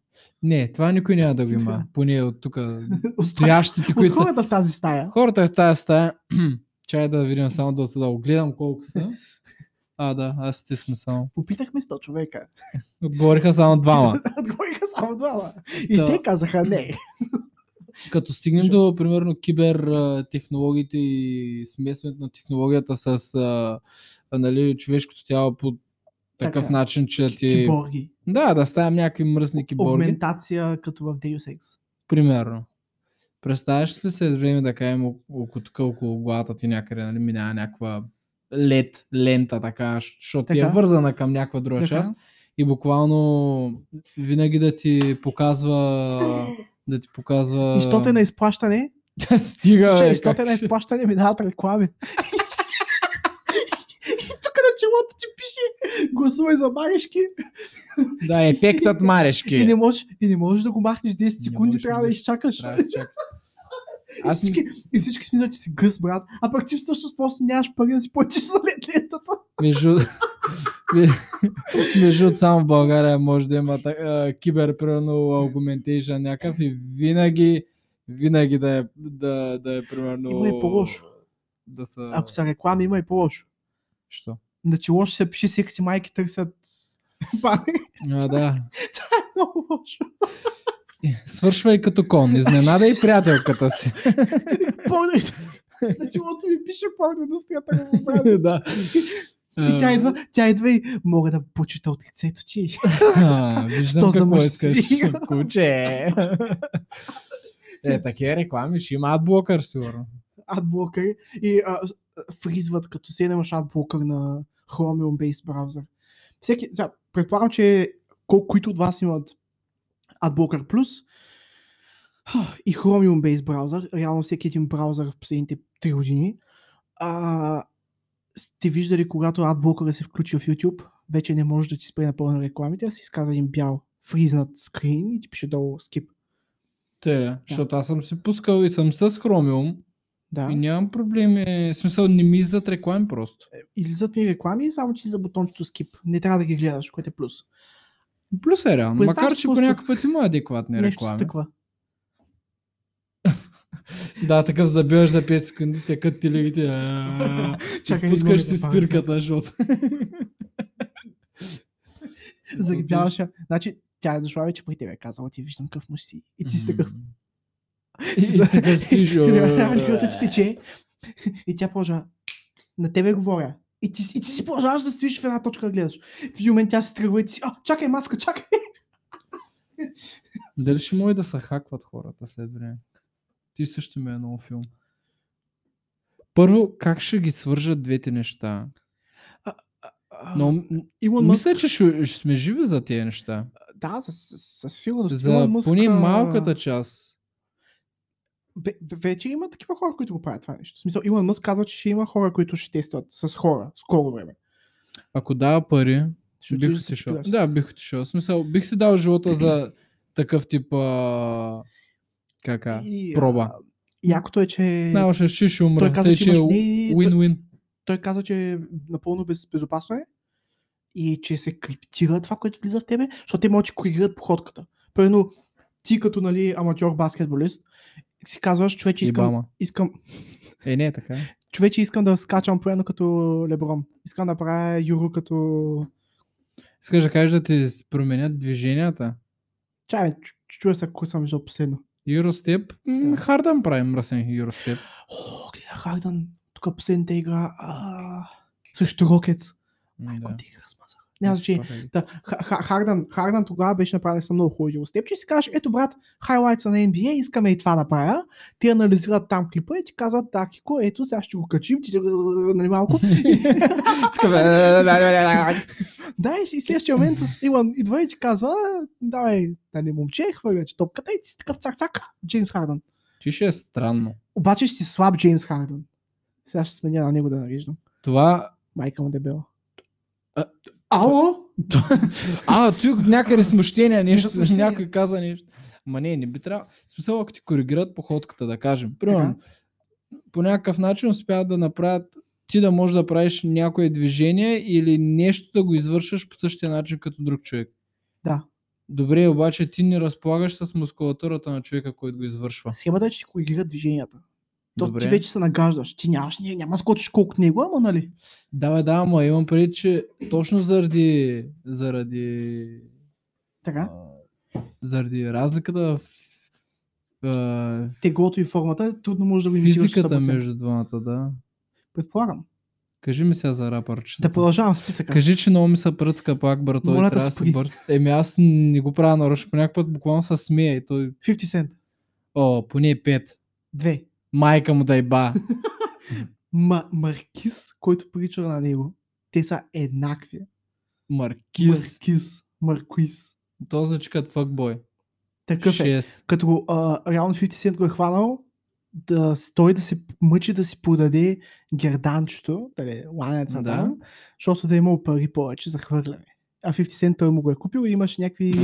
Не, това никой няма да го има.
Да.
Поне от тук,
Остават
стоящите,
От
които са...
хората в тази стая.
Хората в тази стая... Чай да видим само да отседа. Гледам колко са. А, да, аз и ти сме само.
Попитахме 100 човека.
Отговориха само двама.
Отговориха само двама. И
Да. Е,
те казаха не.
Като стигнем
Слушай.
до, примерно, кибертехнологиите и смесването на технологията с а, а, нали, човешкото тяло по такъв
Така.
начин, че ти...
Киборги.
Да, да ставим някакви мръсни киборги.
Обментация, като в Deus Ex.
Примерно. Представяш ли се след време да кажем о- около, тук, около главата ти някъде нали, минава някаква лед, лента, така, защото ти е
Така.
вързана към някаква друга
Така.
част и буквално винаги да ти показва да ти показва...
И що те на изплащане?
Да, стига,
Слушай,
бе,
и що
Е, как
те на
ще-
изплащане ми дават реклами. И тук на челото ти пише гласувай за Марешки
Да, ефектът марешки.
и не, можеш, и не можеш да го махнеш 10
Не
секунди,
можеш,
трябва
не
да
можеш.
изчакаш.
Трябва да се чака.
И
Аз
всички, и всички смятат, че си гъс, брат. А пък ти всъщност просто нямаш пари да си платиш за летлетата.
Между... Между другото, само в България може да има так- а, кибер, примерно, augmentation някакъв и винаги, винаги да е, да, да е примерно...
Има и по-лошо.
Да са...
Ако са реклами, има и по-лошо.
Що?
Значи лошо се пише секси майки търсят бани.
А, да.
Много лошо.
Свършвай като кон. Изненада и приятелката си.
Порно. Началото ми пише порно индустрията на образа.
да.
И тя идва, тя идва и мога да почита от лицето ти.
А, виждам
Що за
какво
мъж
искаш,
си?
куче. Е, такива реклами ще има адблокър, сигурно.
Адблокър. И а, фризват, като се имаш адблокър на Chromium Based браузър. Всеки, сега, предполагам, че колко, които от вас имат Adblocker Plus и Chromium Based браузър, реално всеки един браузър в последните 3 години, а, сте виждали, когато Adblocker се включи в YouTube, вече не може да ти спре напълно рекламите, а си изказва един бял фризнат скрин и ти пише долу skip.
Те, да. защото аз съм си пускал и съм с Chromium
Да.
и нямам проблеми. В смисъл, не ми издат реклами просто.
излизат ми реклами, само че за бутончето скип. Не трябва да ги гледаш, което е плюс.
Плюс е реално.
Представяш
Макар,
си
че по
просто-
някакъв път има адекватни
Нещо
реклами.
стъква.
Да, такъв забиваш за 5 секунди, текат ти лигите. а,
Чакай,
Спускаш
мога да
си
пазя.
спирката, защото.
Загребяваш. я. Значи тя е дошла вече при тебе, казала ти виждам какъв мъж си. И ти си такъв.
И ти такъв стиш,
И
а,
ръката ти тече. И тя продължава. На тебе говоря. И ти, си- и ти си продължаваш да стоиш в една точка да гледаш. В един момент тя се тръгва и ти си, а, чакай, маска, чакай.
Дали ще може да се хакват хората след време? Ти също ми е много филм. Първо, как ще ги свържат двете неща?
А,
Но, м-
Илон Мъск,
мисля, че ще, ще сме живи за тези неща.
Да, със, със сигурност.
За
Илон Мъск,
поне
а,
малката част.
ве- ве- вече има такива хора, които го правят това нещо. В смисъл, Илон Мъск казва, че ще има хора, които ще тестват с хора скоро време.
Ако дава пари,
Ще
бих
отидеш да си
отишъл.
чипираш.
Да, бих отишъл. В смисъл, бих си дал живота за такъв тип а... кака,
И, а,
проба.
Якото е, че
Знал, ще, ще, ще умра.
той каза,
Тъй,
че
че е
имаш... Не, той,
win-win.
той каза, че е напълно без, безопасно е и че се криптира това, което влиза в тебе, защото те могат да ти коригират походката. Примерно, ти като нали, аматьор баскетболист, си казваш, човече искам,
Ибама.
искам,
Е, не е така.
човече искам да скачам поено като Леброн. Искам да правя Юро като...
Искаш да кажеш да ти променят движенията?
Чай, чу- чуя се, ако съм виждал последно.
Юростеп?
Да.
Да. Хардън прави мръсен Юростеп.
О, гледах Хардън, тук последната игра, а... срещу Рокетс.
М,
Майко,
Да.
ти игра смазах. Няма значение. значи, Та, Ха- Ха- Хардан, Хардан тогава беше направил са много хубави степче. Си кажеш, ето брат, хайлайтса на NBA, искаме и това да правя. Ти анализират там клипа и ти казват, да, Кико, ето сега ще го качим, ти се нали малко. да, и си- и следващия момент Илон идва и ти казва, давай, нали момче, хвърля ти топката и ти си такъв цак-цак, Джеймс Хардън.
Ти ще е странно.
Обаче ще си слаб Джеймс Хардън. Сега ще сменя на него да навиждам.
Това...
Майка му дебела.
А-
Ало?
А, тук някъде смущение, нещо,
смущение.
някой каза нещо. Ма не, не би трябвало. В смисъл, ако ти коригират походката, да кажем. Примерно, по някакъв начин успяват да направят ти да можеш да правиш някое движение или нещо да го извършваш по същия начин като друг човек.
Да.
Добре, обаче ти не разполагаш с мускулатурата на човека, който го извършва.
Схемата е, че ти коригират движенията. То
Добре.
ти вече се нагаждаш. Ти нямаш, не, няма да скочиш колко него, ама нали?
Да, бе, да, ама имам преди, че точно заради, заради,
Така.
а, заради разликата в а,
Теглото и формата трудно може да го имитираш.
физиката
100%.
между двамата, да.
Предполагам.
Кажи ми сега за рапърчета.
Да продължавам списъка.
Кажи, че много ми се пръцка пак, брат, той
Моля те,
трябва да
спри.
се бърз. Еми аз не го правя нарочно, по някакъв път буквално се смее и той,
50 Cent.
о, поне е пет.
Две.
Майка му дай ба.
Ма- Маркиз, който прича на него. Те са еднакви.
Маркиз.
Маркиз. Маркиз.
Този чекат фъкбой.
Такъв е.
Шест.
Като го, а, реално 50 Cent го е хванал, да той да се мъчи да си продаде герданчето, дали, ланеца
Да.
там, защото да е имал пари повече за хвърляне. А 50 Cent той му го е купил и имаше някакви...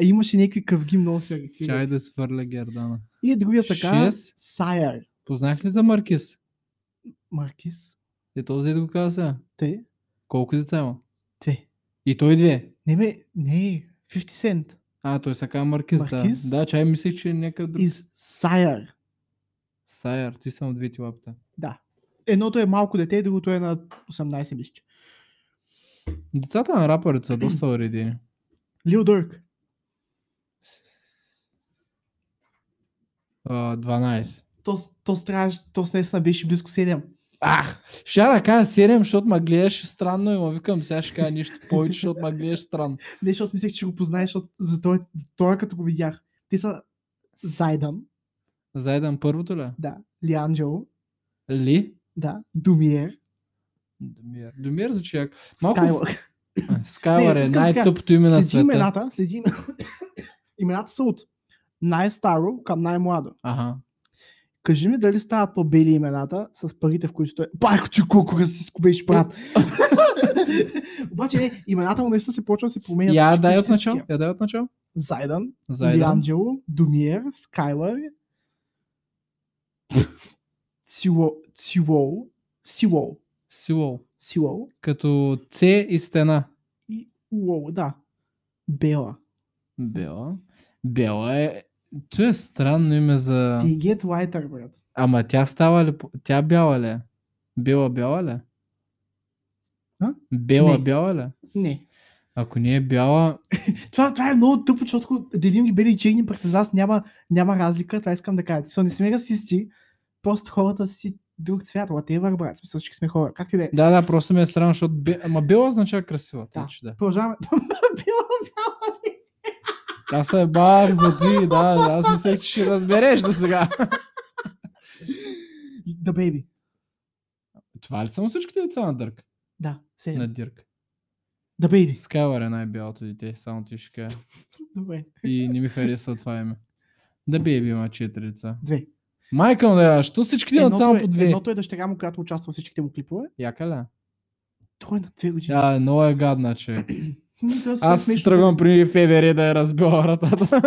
а имаше някакви къвги много сега.
Чай да свърля Гердана.
И е другия се казва
Шест.
Сайер.
Познах ли за Маркиз?
Маркиз.
Е този да го каза сега.
Те.
Колко деца има?
Те.
И той две.
Не ме... Не. 50 Cent.
А, той се казва Маркиз,
Маркиз?
да. Да, чай мислех, че е някакъв друг.
И Сайер.
Сайер, ти само двете лапта.
Да. Едното е малко дете, другото е на 18 мисля.
Децата на рапърите са доста уредени.
Лил Дърк.
А, 12.
То, то, страш, то с наистина беше близко 7.
Ах, ще да кажа 7, защото ма гледаш странно и ма викам сега ще кажа нещо повече, защото ма гледаш странно.
Не, защото мислех, че го познаеш, защото за той, за той като го видях. Те са Зайдан,
Заедам първото ли?
да, Лианджело,
Ли?
да, Думиер,
Думир. Думир звучи як. Малко в-
Скайлък.
а, Скайлър
Не,
е
искам да кажа,
най-тъпото име на
Следи
света.
имената, следи имената. имената са от най-старо към най-младо.
Ага.
Кажи ми дали стават по-бели имената с парите, в които той... Байко, ти колко расистко беше брат! Обаче не, имената му наистина се почва да се променят.
Я
всички
дай от
такива.
начало. Я дай от начало.
Зайдан,
Заедам.
Лианджело, Думиер, Скайлър, Сило, Сило, Сило,
Силол.
Сило
Като С и стена.
и Уол, да. Бела.
Бела. Бела е... То е странно име за...
They get lighter, е брат.
Ама тя става ли... по- Тя бяла ли? е? Бела бяла ли? е?
А?
Бела
Не.
бяла ли? е?
Не.
Ако не е бяла...
Това, това е много тъпо, защото делим ли бели и черни пред нас няма, няма разлика, това искам да кажа. Со, не сме расисти, просто хората си друг цвят, whatever, брат. В Смисъл, всички сме хора. Както и да е.
Да, да, просто ми е странно, защото... Бе... Ама бела означава красива.
Да.
Да. Че, да.
Продължаваме.
Аз се е бах за ти, да, да, аз мислех, че ще разбереш до сега.
Да, бейби.
Това ли са му всичките деца на Дърк?
Да,
На
седем.
Дирк.
The Baby.
Скайлър е най-бялото дете, само ти ще кажа.
Добре.
И не ми харесва това име. Да би е има четири лица.
Две.
Майкъл, да, що всички имат само
е,
по две?
едното е дъщеря му, която участва в всичките му клипове.
Яка ли?
Той е на две години.
Да, много е гадна, че.
Ми, той е супер
Аз
смешно.
си тръгвам при ФБР да е разбила вратата.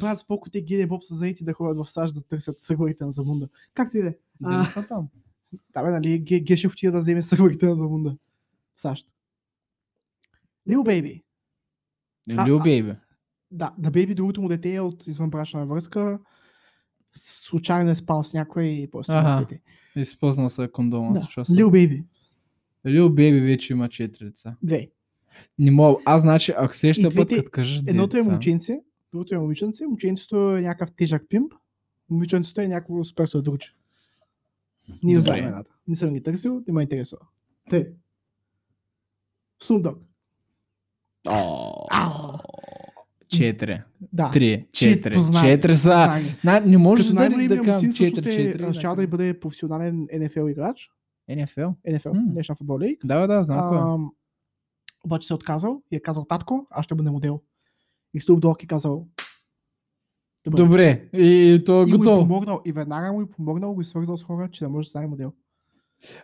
Брат, споко те Гиде Боб са заети да ходят в САЩ да търсят сървърите на Замунда. Както и да е.
Да не са там.
Да, бе, нали, Ге- Гешев отида да вземе сървърите на Замунда. В САЩ. Лил Бейби. А,
Лил
а.
Бейби.
Да, да Бейби, другото му дете е от извънбрачна връзка. Случайно е спал с някой и после има
Аха.
дете.
Изпознал се кондома с чувство.
Лил Бейби.
Лил Бейби вече има четири лица.
Две.
Не мога. Аз значи, ако следващия път,
двете-
като кажеш
Едното е
деца,
момченце, другото е момиченце. Момченцето е някакъв тежък пимп. Момиченцето е някакво супер съдруче. Ние
Добре.
знаем едната. Не съм ги търсил, не ме интересува. Те. Сундог.
О, Четири.
Да.
Три. Четири.
познай.
Четири са.
Знае ги.
На- Не можеш
Като
да да
най-големият му
кажам
син всъщност
4-4.
е разчал да и бъде професионален NFL играч.
НФЛ. М.
NFL, днешна футбол лиг.
Да, да, знам кой е.
Ам, обаче се е отказал и е казал, татко, аз ще бъда модел. И Snoop Dogg е казал, добре.
Добре, и, и то е
И му е
готово.
помогнал, и веднага му е помогнал, го е свързал с хора, че да може да стане модел.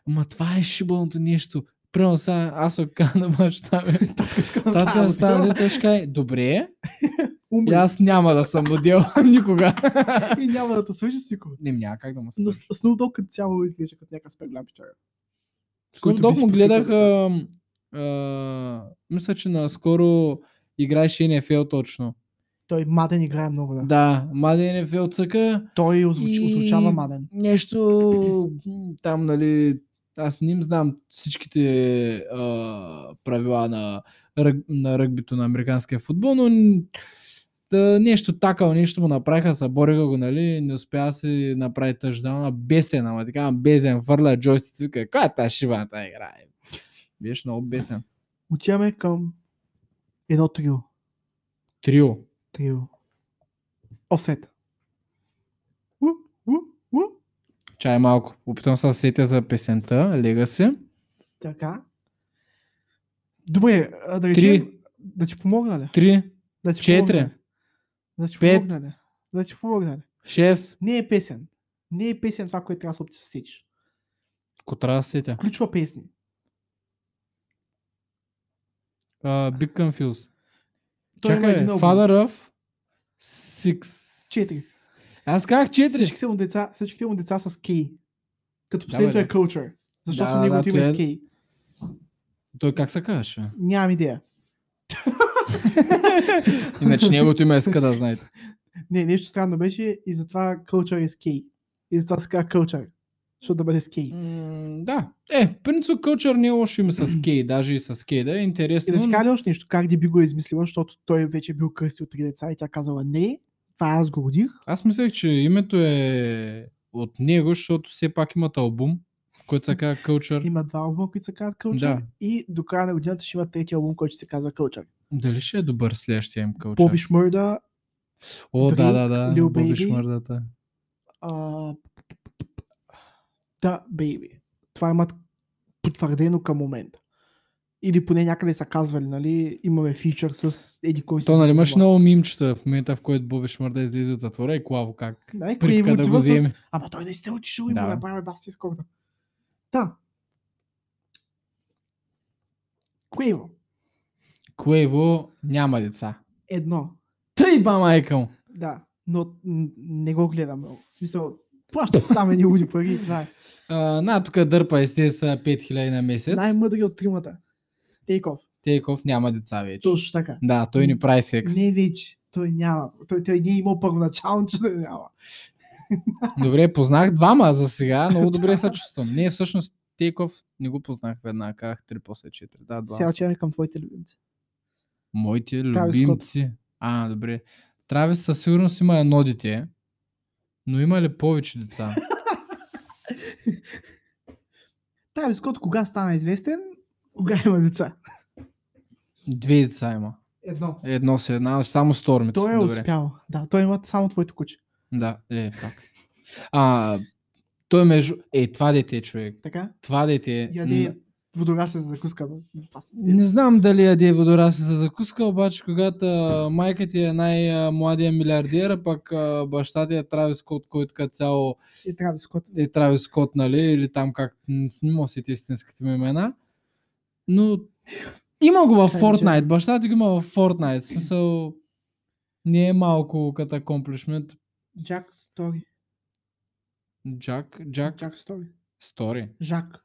Ма това е шибаното нещо. Примерно сега аз се кажа на баща ми.
Татко иска да
Татка
стане
да стане
модел.
дете, ще каже, е, добре, и
Умри.
аз няма да съм модел никога.
И няма да те свържи с никого.
Не, няма как да му се.
Но с- Snoop Dogg като цяло изглежда като някакъв спер голям печага.
Който
който
Док
би
му
си
гледах,
потикал
ам, а, мисля, че наскоро играеше НФЛ точно.
Той Маден играе много, да.
Да, Маден НФЛ цъка,
Той озвуч-
И-
озвучава Маден.
нещо м, там, нали, аз не им знам всичките а, правила на, ръг, на ръгбито на американския футбол, но н- да, нещо такава, нещо му направиха, събориха го, нали, не успя да си направи тъждана, бесен, ама така, безен, върля джойстик, вика, каква е тази шибаната игра? е?» Беше много бесен.
Отиваме към едно трио.
Трио.
Трио. Офсет. У, у, у.
Чай малко. Опитвам се да се сетя за песента, Legacy.
Така. Добре, а, да речем, да ти помогна ли?
Три,
Да ти
четири,
помогна ли? Да ти
пет.
помогна ли? Да ти помогна ли?
шест,
Не е песен. Не е песен това, което трябва да се опити да се сетиш.
ако трябва Е, да се сетя.
Включва песни.
Uh, Big Confused.
Той има
Чакай,
един албум.
Father of Six.
Четири.
Аз казах 4.
Всичките му деца, всичките му деца са с Кей. Като
Да,
последното
бе,
е
да.
Culture. Защото
Да, да,
неговото
да,
име
той
е
е-
с Кей.
Той как се казваше?
Нямам идея.
Иначе неговото име е ска да знаете.
Не, нещо странно беше и затова Culture е с Кей. И затова се казва Culture. Защото да бъде с Кей.
М, да. Е, в принцип Culture не е лошо име с Кей, даже и с Кей, да е
И
интересно.
да ти кажа ли още нещо, как би го е измислила, защото той вече е бил кръстил три деца и тя казала не, това аз го родих.
Аз мислех, че името е от него, защото все пак имат албум, който се казва Culture.
Има два албума, които се казват Culture.
Да.
И до края на годината ще има третия албум, който ще се казва Culture.
Дали ще е добър следващия им Culture?
Bobby Shmurda,
О, да, да,
Drake,
да.
Lil
Боби
Baby.
Шмърдата.
а, да, Baby. Това имат потвърдено към момента. Или поне някъде са казвали, нали, имаме фичър с Еди кой си.
То,
за
нали, имаш
това.
много мимчета в момента, в който Боби Шмърда излиза от затвора и клаво как.
Нали, кое
Припка
му
да го
отива с-
вземе.
Ама той не сте отишъл и
Да,
му
бе.
направи баси с корда. Да. Куево.
Куево няма деца.
Едно.
Тъй ба, Майкъл!
Да. Но м, не го гледам много. В смисъл, плаща се там едни луди пари и това е.
А, на, тук дърпа естествено са 5000 на месец.
Най-мъдри от тримата. Тейков.
Тейков няма деца вече.
Точно така.
Да, той ни прави секс.
Не е вече. Той няма. Той, той не е имал първоначално, че да няма.
Добре, познах двама за сега, много добре се чувствам. Не, всъщност Тейков не го познах веднага, казах 3 после 4. Да,
Сега
два. са.
отиваме към твоите любимци.
Моите
Травис Скот.
любимци. А, добре. Травис със сигурност има едно дете, но има ли повече деца?
Тайвис Скот кога стана известен? Кога има деца?
Две деца има.
Едно.
Едно с една, само Стормит.
Той е
добре.
успял. Да, той има само твоето куче.
Да, е, так. А, той между... Е, това дете, човек.
Така?
Това дете...
Яде водора се закуска. бе. Това са-
Не знам дали яде водорасли за закуска, обаче когато а, майка ти е най-младия милиардер, а пък а, баща ти е Травис Скот, който като цяло
И трябва да скот.
е Травис Скот, нали, или там как не си- не мога да сетя истинските му имена. Но има го във
Тъй, че-
Fortnite, баща ти го има във Fortnite, в смисъл не е малко като accomplishment.
Джак Стори.
Джак, Джак,
Джак Стори.
Стори.
Жак.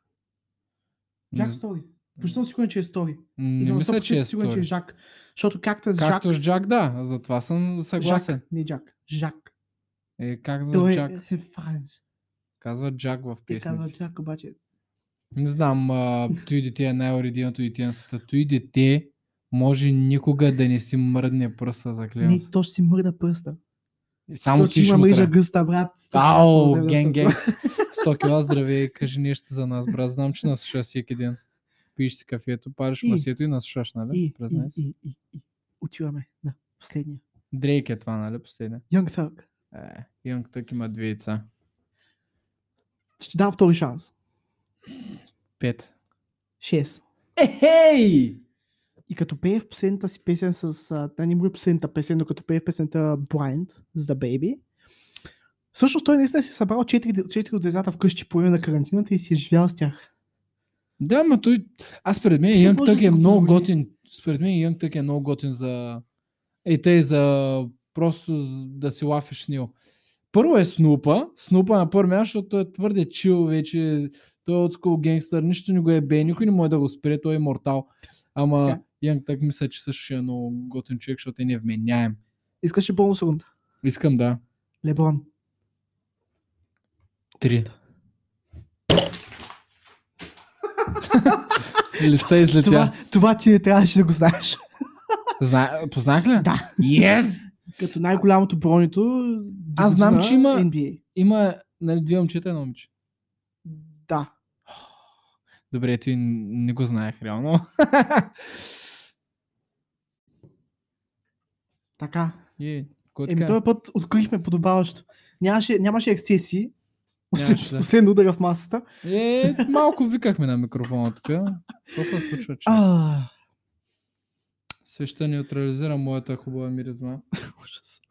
Не
Джак
з-
Стори. Почти съм сигурен, че е Стори. И
Не
съм
мисля, че е
100% сигурен, че е
Стори.
Жак. Защото както с Жак...
Както с Джак, да, затова съм съгласен.
Жак. Не Жак. Жак.
Е, как за
Той
Джак?
е- е франц.
Казва Джак в
Те казват
песните си.
Жак, обаче
Не знам, а, той дете е най-орединото дете на света. Той дете може никога да не си мръдне пръса, заклевам
Не,
се. Е,
то ще си мърда пръста.
Само ти
Защото
ще
има
му
мрежа
трябва.
гъста, брат.
Ау, ген, ген. 100 кила здраве, кажи нещо за нас, брат. Знам, че нас слушаш всеки ден. Пиеш си кафето, париш
И-
масието и нас слушаш, нали?
И,
Признай
и,
се.
и, и, и. Отиваме на последния.
Дрейк е това, нали? Последния.
Young Thug.
Е, Young Tuck има две яйца.
Ще дам втори шанс.
Пет.
6.
Ехей!
И като пее в последната си песен с... а, Да не му е последната песен, но като пее в песента Blind с The Baby, всъщност той наистина си е събрал 4, 4 от децата вкъщи по време на карантината и си е живял с тях.
Да, ма той... Аз според мен
Той
Young
може да
Tuck
си
е
го
много
позволи.
готин. Според мен Young Tuck е много готин за... Ей, тъй за просто з- да си лафиш с него. Първо е Снупа. Снупа на първо място, защото той е твърде чил вече. Той е от school гангстър, нищо не го е бе, никой не може да го спре, той е мортал. Ама
Така.
Young Tuck мисля, че също ще е много готин човек, защото е невменяем.
Искаш ли бонус рунда?
Искам да.
Леброн.
Три. Листа излетя.
Е, Това, това
е,
ти не трябваше да го знаеш.
Зна... Познах ли?
Да.
Yes!
Като най-голямото бронито. до
Аз знам,
година
че има-
NBA.
Има нали, две момчета и едно момиче.
Да.
Добре, ето и не го знаех реално.
Така.
и, кой
Еми,
Е, така?
този път открихме подобаващо. Нямаше, нямаше ексцесии. Освен,
Нямаше, да.
освен удара в масата.
Е, малко викахме на микрофона така. Какво се случва, че?
А,
Свеща неутрализира моята хубава миризма.
ужас.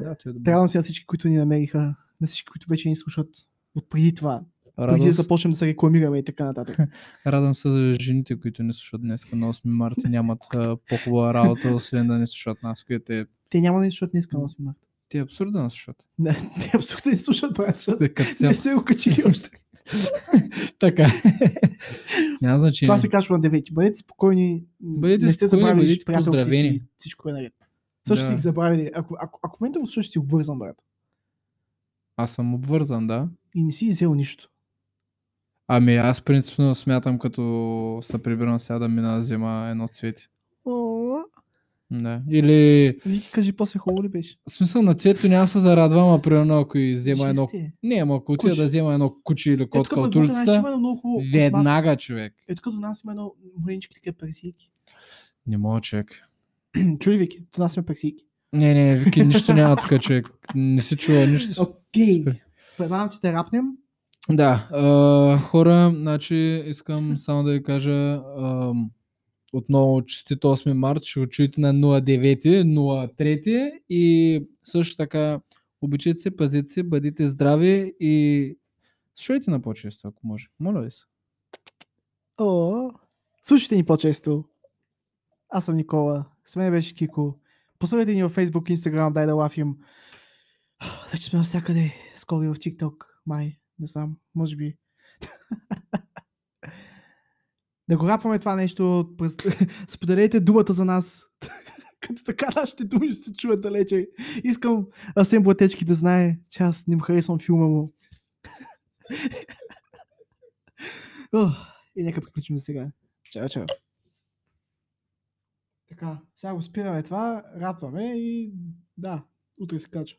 Да, ти е добре.
Трябва сега всички, които ни намериха, на всички, които вече ни слушат от преди това, преди да
Радвам, се-
започнем да се рекламираме и така нататък.
радвам се за жените, които не слушат днес на 8 марта и нямат а, по-хубава работа, освен да не слушат нас, което е...
Те няма да ни слушат днес на 8 марта.
Ти е абсурдно да слушат.
Не, те абсолютно не слушат, брат, защото
Те като цяло.
не сме го качили още.
Така. Няма значение.
Това се качва на 9. Бъдете спокойни.
Бъдете
не сте
спокойни,
забравили
бъдете
приятелките
поздравени.
си. Всичко е наред. Също
Да.
да. си ги забравили. Ако, ако, ако в момента го слушаш, си обвързан, брат.
Аз съм обвързан, да.
И не си взел нищо.
Ами аз принципно смятам, като се прибирам сега да мина да взема едно цвете.
О,
Да. Или
Вики, кажи после хубаво ли беше?
в смисъл на цвето няма се зарадвам, а примерно ако и взема едно...
Шести е.
Не, ама ако отида
Куче.
да взема едно куче или
Ето
котка
като
от
до нас има
улицата,
едно много хубаво. Веднага.
веднага човек.
Ето като до нас има едно мънички такива персийки.
Не мога човек.
Чули Вики, до нас има персийки.
Не, не, Вики, нищо няма така човек. Не си чува нищо.
Окей.
Супер.
Предлагам, че те рапнем.
Да, а, хора, значи искам само да ви кажа ам, отново честит 8 март, ще учите на 09, 03 и също така обичайте се, пазете се, бъдете здрави и слушайте на по-често, ако може. Моля ви се.
О, слушайте ни по-често. Аз съм Никола. С мен беше Кико. Последвайте ни във Facebook, Instagram, дай да лафим. Вече сме навсякъде. Скоро и в TikTok. Май, не знам, може би. да го рапваме това нещо. През... Споделете думата за нас. Като така нашите думи ще се чуят далече. Искам Асен Блатечки да знае, че аз не му харесвам филма му. Ох. И нека приключим за сега. Чао, чао. Така, сега го спираме това, рапваме и да, утре се качва.